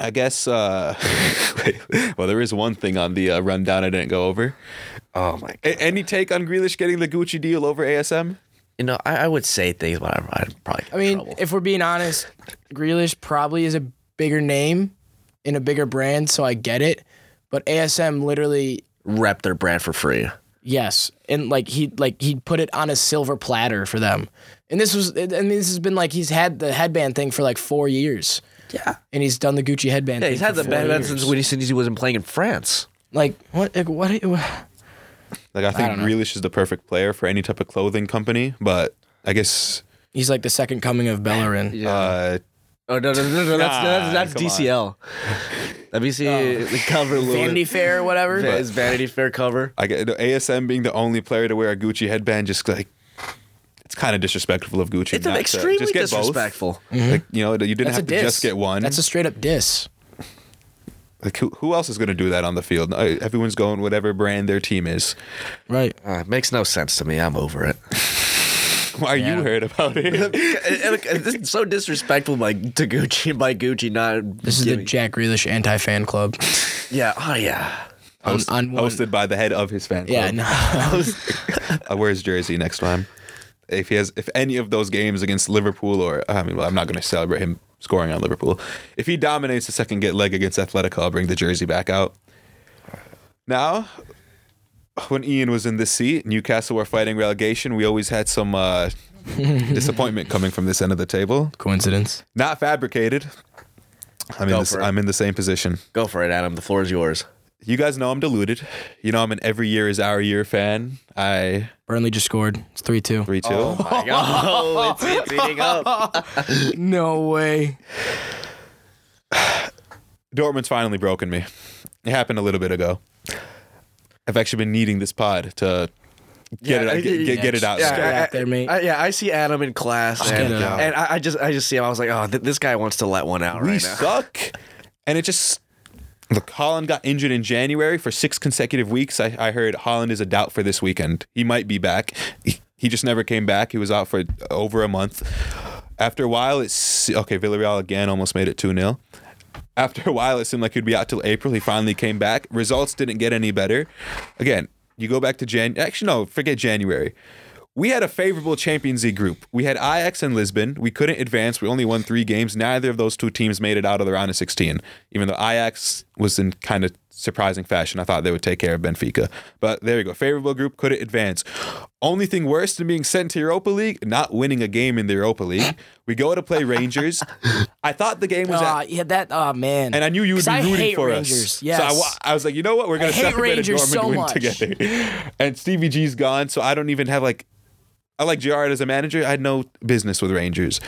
S2: I guess. Uh, wait, well, there is one thing on the uh, rundown I didn't go over.
S4: Oh my
S2: A- any take on Grealish getting the Gucci deal over ASM?
S4: You know, I, I would say things, but I'm, I'd probably. Get
S3: I mean,
S4: in trouble.
S3: if we're being honest, Grealish probably is a bigger name in a bigger brand, so I get it. But ASM literally,
S4: rep their brand for free.
S3: yes, and like he like he put it on a silver platter for them. And this was, I mean, this has been like he's had the headband thing for like four years,
S4: Yeah,
S3: and he's done the Gucci headband.
S4: yeah.
S3: thing
S4: He's had
S3: for
S4: the
S3: four
S4: band
S3: years.
S4: since when he, since he wasn't playing in France.
S3: Like what? Like, what?
S2: Like, I think
S3: don't know.
S2: Grealish is the perfect player for any type of clothing company, but I guess.
S3: He's like the second coming of Bellerin.
S2: Uh,
S4: Oh no, no, no, no, that's
S2: Ah,
S4: that's, that's
S2: come on.
S4: DCL. Let me see the cover.
S3: Vanity Fair, or whatever.
S4: Fair. Is Vanity Fair cover?
S2: I get ASM being the only player to wear a Gucci headband, just like it's kind of disrespectful of Gucci.
S4: It's
S2: not to-
S4: extremely
S2: just get both.
S4: disrespectful.
S2: Like you know, you didn't
S3: That's a
S2: have to
S3: diss.
S2: just get one.
S3: That's a straight up diss.
S2: Like who, who else is going to do that on the field? No, Everyone's going whatever brand their team is.
S3: Right.
S4: Uh, it makes no sense to me. I'm over it.
S2: Why
S3: Yeah.
S2: you heard about it?
S4: it's so disrespectful by to Gucci by Gucci not.
S3: This is the Jack Grealish anti fan club.
S4: yeah. Oh yeah.
S3: on, on one-
S2: Hosted by the head of his fan
S3: Yeah,
S2: club.
S3: no.
S2: I'll wear his jersey next time. If he has, if any of those games against Liverpool or I mean, well, I'm not going to celebrate him scoring on Liverpool. If he dominates the second get leg against Atletico, I'll bring the jersey back out. Now, when Ian was in this seat, Newcastle were fighting relegation. We always had some uh, disappointment coming from this end of the table.
S3: Coincidence.
S2: Not fabricated. I'm in,
S4: Go
S2: this,
S4: for it.
S2: I'm in the same position.
S4: Go for it, Adam. The floor is yours.
S2: You guys know I'm deluded. You know I'm an every year is our year fan. I
S3: Burnley just scored. It's 3 2.
S2: three two.
S4: my God. Oh, it's, it's heating up.
S3: No way.
S2: Dortmund's finally broken me. It happened a little bit ago. I've actually been needing this pod to get
S4: Yeah,
S2: it get, get, get it out.
S3: yeah.
S2: there.
S3: out there, mate.
S4: I, yeah, I see Adam in class, and,
S3: get it out.
S4: and I, I just, I just see him. I was like, oh, th- this guy wants to let one out
S2: We
S4: right now.
S2: suck, and it just look. Holland got injured in January for six consecutive weeks. I, I heard Holland is a doubt for this weekend. He might be back. He, he just never came back. He was out for over a month. After a while, it's okay. Villarreal again almost made it two 0 after a while, it seemed like he'd be out till April. He finally came back. Results didn't get any better. Again, you go back to Jan. Actually, no, forget January. We had a favorable Champions League group. We had Ajax and Lisbon. We couldn't advance. We only won three games. Neither of those two teams made it out of the round of 16, even though Ajax was in kind of surprising fashion. I thought they would take care of Benfica. But there you go. Favorable group couldn't advance. Only thing worse than being sent to Europa League, not winning a game in the Europa League. We go to play Rangers. I thought the game was at-
S3: Ah, yeah, that. Oh, man.
S2: and I knew you would
S3: 'Cause
S2: be
S3: I
S2: rooting
S3: hate
S2: for
S3: Rangers.
S2: us.
S3: Yes.
S2: So I wa- I, was like, you know what? We're gonna
S3: hate
S2: celebrate a
S3: Rangers
S2: Dortmund
S3: so
S2: win
S3: much.
S2: together. And Stevie G's gone, so I don't even have like. I like Gerard as a manager. I had no business with Rangers.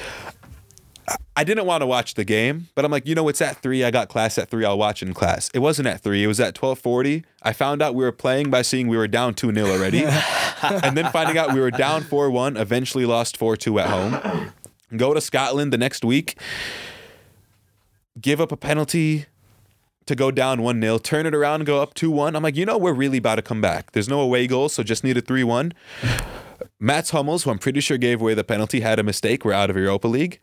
S2: I- I didn't want to watch the game, but I'm like, you know, it's at three. I got class at three. I'll watch in class. It wasn't at three. It was at 12:40. I found out we were playing by seeing we were down two 0 already, and then finding out we were down four one. Eventually lost four two at home. Go to Scotland the next week. Give up a penalty to go down 1 0, turn it around and go up 2 1. I'm like, you know, we're really about to come back. There's no away goal, so just need a 3 1. Mats Hummels, who I'm pretty sure gave away the penalty, had a mistake. We're out of Europa League.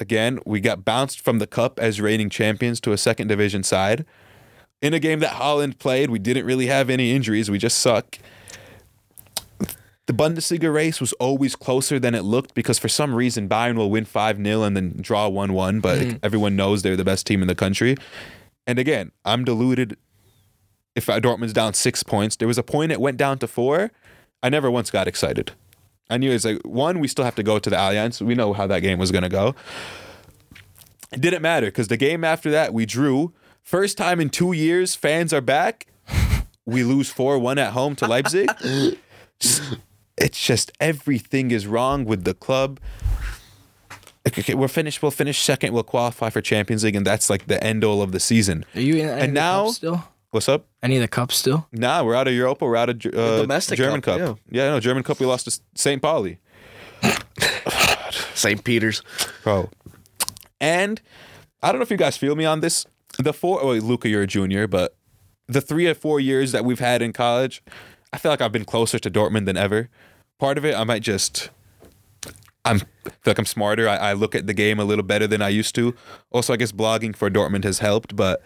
S2: Again, we got bounced from the cup as reigning champions to a second division side. In a game that Holland played, we didn't really have any injuries. We just suck. The Bundesliga race was always closer than it looked because for some reason Bayern will win 5 0 and then draw 1 1, but everyone knows they're the best team in the country. And again, I'm deluded if Dortmund's down six points. There was a point it went down to four. I never once got excited. I knew it's like, one, we still have to go to the Allianz. We know how that game was going to go. It didn't matter because the game after that, we drew. First time in two years, fans are back. We lose 4 1 at home to Leipzig. Just- it's just everything is wrong with the club. Okay, okay, we're finished. We'll finish second. We'll qualify for Champions League, and that's like the end all of the season.
S3: Are you in any of
S2: And
S3: the
S2: now,
S3: cups still?
S2: what's up?
S3: Any of the cups still?
S2: Nah, we're out of Europa. We're out of Ge- uh,
S4: domestic
S2: German
S4: cup,
S2: Cup. Yeah. no, German Cup. We lost to St. Pauli,
S4: St. Peter's.
S2: bro. And I don't know if you guys feel me on this. The four, oh, wait, Luca, you're a junior, but the three or four years that we've had in college, I feel like I've been closer to Dortmund than ever. Part of it, I might just, I'm feel like I'm smarter. I, I look at the game a little better than I used to. Also, I guess blogging for Dortmund has helped, but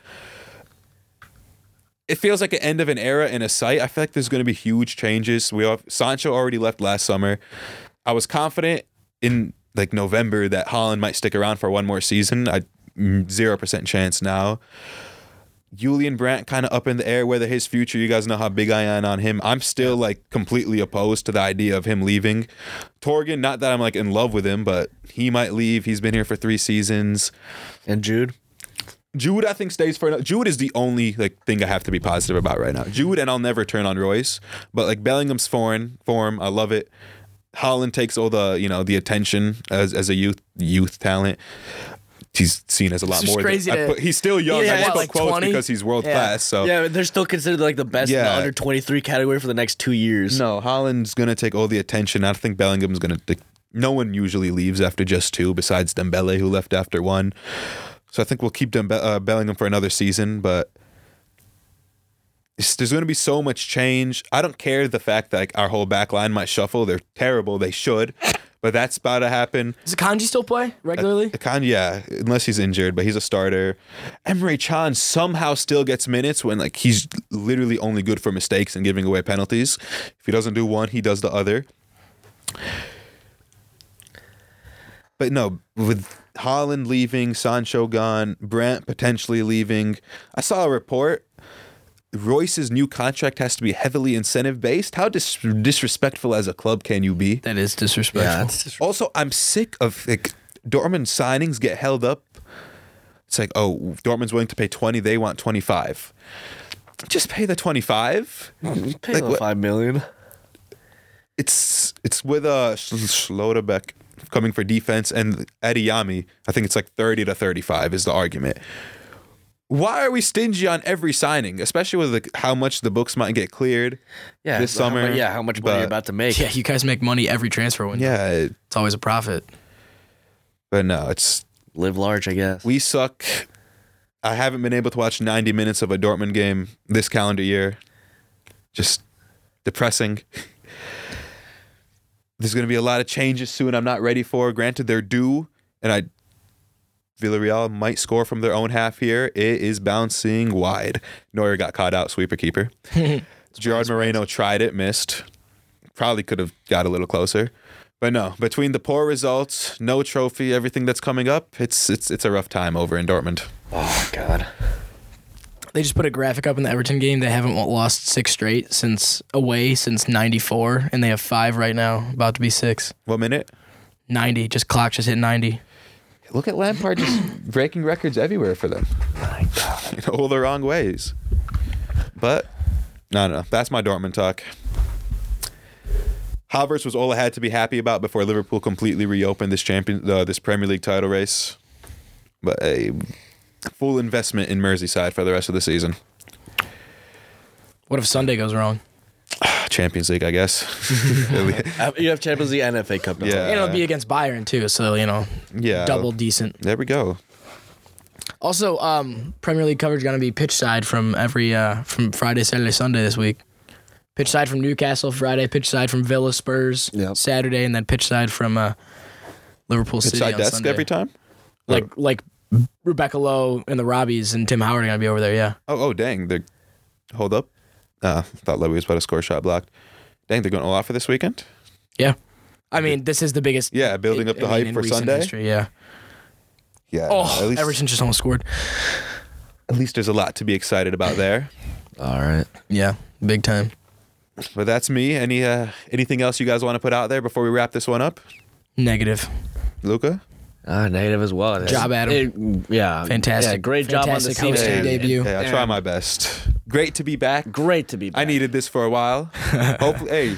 S2: it feels like an end of an era in a site. I feel like there's going to be huge changes. We have Sancho already left last summer. I was confident in like November that Holland might stick around for one more season. I mm, zero percent chance now. Julian Brandt kind of up in the air whether his future. You guys know how big I am on him. I'm still like completely opposed to the idea of him leaving. Torgan, not that I'm like in love with him, but he might leave. He's been here for three seasons.
S4: And Jude.
S2: Jude, I think, stays for another. Jude is the only like thing I have to be positive about right now. Jude, and I'll never turn on Royce, but like Bellingham's foreign form, I love it. Holland takes all the you know the attention as as a youth youth talent. He's seen as a lot
S3: It's just
S2: more.
S3: crazy
S2: than, I
S3: to-
S2: put- he's still young.
S3: Yeah,
S2: I just
S3: what,
S2: put
S3: like
S2: quotes
S3: 20?
S2: because he's world
S3: Yeah.
S2: class. So
S4: Yeah, they're still considered like the best in
S2: Oh. Yeah.
S4: the under 23 category for the next two years.
S2: No, Holland's gonna take all the attention. I think Bellingham's gonna. Take, no one usually leaves after just two, besides Dembele, who left after one. So I think we'll keep Dembe- uh, Bellingham for another season, but it's- there's gonna be so much change. I don't care the fact that like, our whole back line might shuffle. They're terrible. They should, but that's about to happen.
S3: Does Kanji still play regularly?
S2: Akan, yeah, unless he's injured, but he's a starter. Emre Chan somehow still gets minutes when like he's literally only good for mistakes and giving away penalties. If he doesn't do one, he does the other. But no, with Holland leaving, Sancho gone, Brandt potentially leaving. I saw a report. Royce's new contract has to be heavily incentive based. How dis- disrespectful as a club can you be?
S3: that is disrespectful.
S2: Also, I'm sick of like Dortmund signings get held up. It's like, oh, Dortmund's willing to pay 20, they want 25. Just pay the 25.
S4: Pay
S2: Like,
S4: the
S2: what-
S4: 5 million.
S2: It's it's with uh Sch- Schlotterbeck coming for defense and Adiyami. I think it's like 30 to 35 is the argument. Why are we stingy on every signing, especially with like how much the books might get cleared?
S4: Yeah,
S2: This
S4: so how mu-
S2: summer,
S4: yeah, how much money
S2: but-
S4: you're about to make.
S3: Yeah, you guys make money every transfer window.
S2: Yeah, it-
S3: It's always a profit.
S2: but no, it's
S4: Live large, I guess.
S2: We suck. I haven't been able to watch 90 minutes of a Dortmund game this calendar year. Just depressing. There's going to be a lot of changes soon I'm not ready for. Granted, they're due, and I Villarreal might score from their own half here. It is bouncing wide. Neuer got caught out, sweeper keeper. Gerard Moreno tried it, missed. Probably could have got a little closer. But no, between the poor results, no trophy, everything that's coming up, it's it's it's a rough time over in Dortmund.
S4: oh, God.
S3: They just put a graphic up in the Everton game. They haven't lost six straight since away since '94, and they have five right now, about to be six.
S2: What minute?
S3: 90, just clock just hit 90.
S2: Look at Lampard just breaking records everywhere for them. In all the wrong ways. But no, no, that's my Dortmund talk. Havertz was all I had to be happy about before Liverpool completely reopened this champion, uh, this Premier League title race. But a full investment in Merseyside for the rest of the season.
S3: What if Sunday goes wrong?
S2: Champions League, I guess.
S4: Uh, You have Champions League and FA Cup. now.
S3: Uh,
S2: Yeah.
S3: and it'll be against Bayern too, so you know,
S2: yeah.
S3: double decent.
S2: There we go.
S3: Also, um, Premier League coverage gonna be pitch side from every uh, from Friday, Saturday, Sunday this week. Pitch side from Newcastle Friday, pitch side from Villa Spurs
S4: Yep.
S3: Saturday, and then pitch side from uh, Liverpool City
S2: Side
S3: on
S2: desk
S3: Sunday.
S2: every time.
S3: Like like Rebecca Lowe and the Robbies and Tim Howard are gonna be over there. Yeah,
S2: Oh, oh, dang. They're, hold up. Uh, thought Levy was about to score a shot blocked. Dang, they're going all out for this weekend?
S3: yeah. I mean, this is the biggest.
S2: Yeah, building up the
S3: I mean,
S2: hype
S3: in
S2: for
S3: recent
S2: Sunday.
S3: History, yeah.
S2: Yeah.
S3: Oh,
S2: at, least,
S3: Everton just almost scored.
S2: at least there's a lot to be excited about there.
S4: All right.
S3: Yeah, big time.
S2: But that's me. Any uh, Anything else you guys want to put out there before we wrap this one up?
S3: Negative.
S2: Luca?
S4: Uh, negative as well. That's-
S3: Job, Adam.
S4: It- yeah.
S3: Fantastic.
S4: Yeah, great
S3: Fantastic
S4: job on the
S3: hosting
S4: season.
S3: debut.
S2: Hey, I try my best. Great to be back.
S4: Great to be back.
S2: I needed this for a while. Hopefully, hey,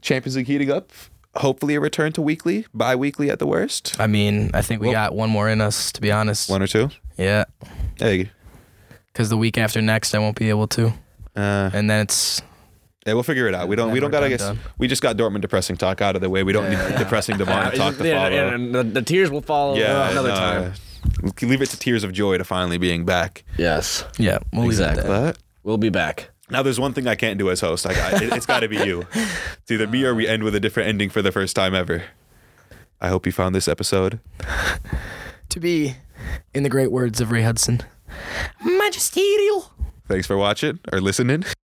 S2: Champions League heating up. Hopefully, a return to weekly, bi weekly at the worst.
S3: I mean, I think we
S2: Well-
S3: got one more in us, to be honest.
S2: One or two.
S3: Yeah,
S2: Hey,
S3: because the week after next, I won't be able to,
S2: uh,
S3: and then it's
S2: hey, we'll figure it out. We don't. We don't
S3: Then
S2: gotta
S3: we're
S2: guess.
S3: done,
S2: We just got Dortmund depressing talk out of the way. We don't need depressing Devon talk to follow.
S4: Yeah,
S2: Yeah,
S4: yeah, and the, the tears will follow uh, another
S2: no, uh,
S4: time.
S2: Leave it to tears of joy to finally being back.
S4: Yes.
S3: yeah. We'll leave it at
S4: Exactly.
S3: that.
S2: But
S4: We'll be back.
S2: Now there's one thing I can't do as host. I got, it, it's got to be you. It's either me or we end with a different ending for the first time ever. I hope you found this episode.
S3: To be, in the great words of Ray Hudson, magisterial.
S2: Thanks for watching or listening.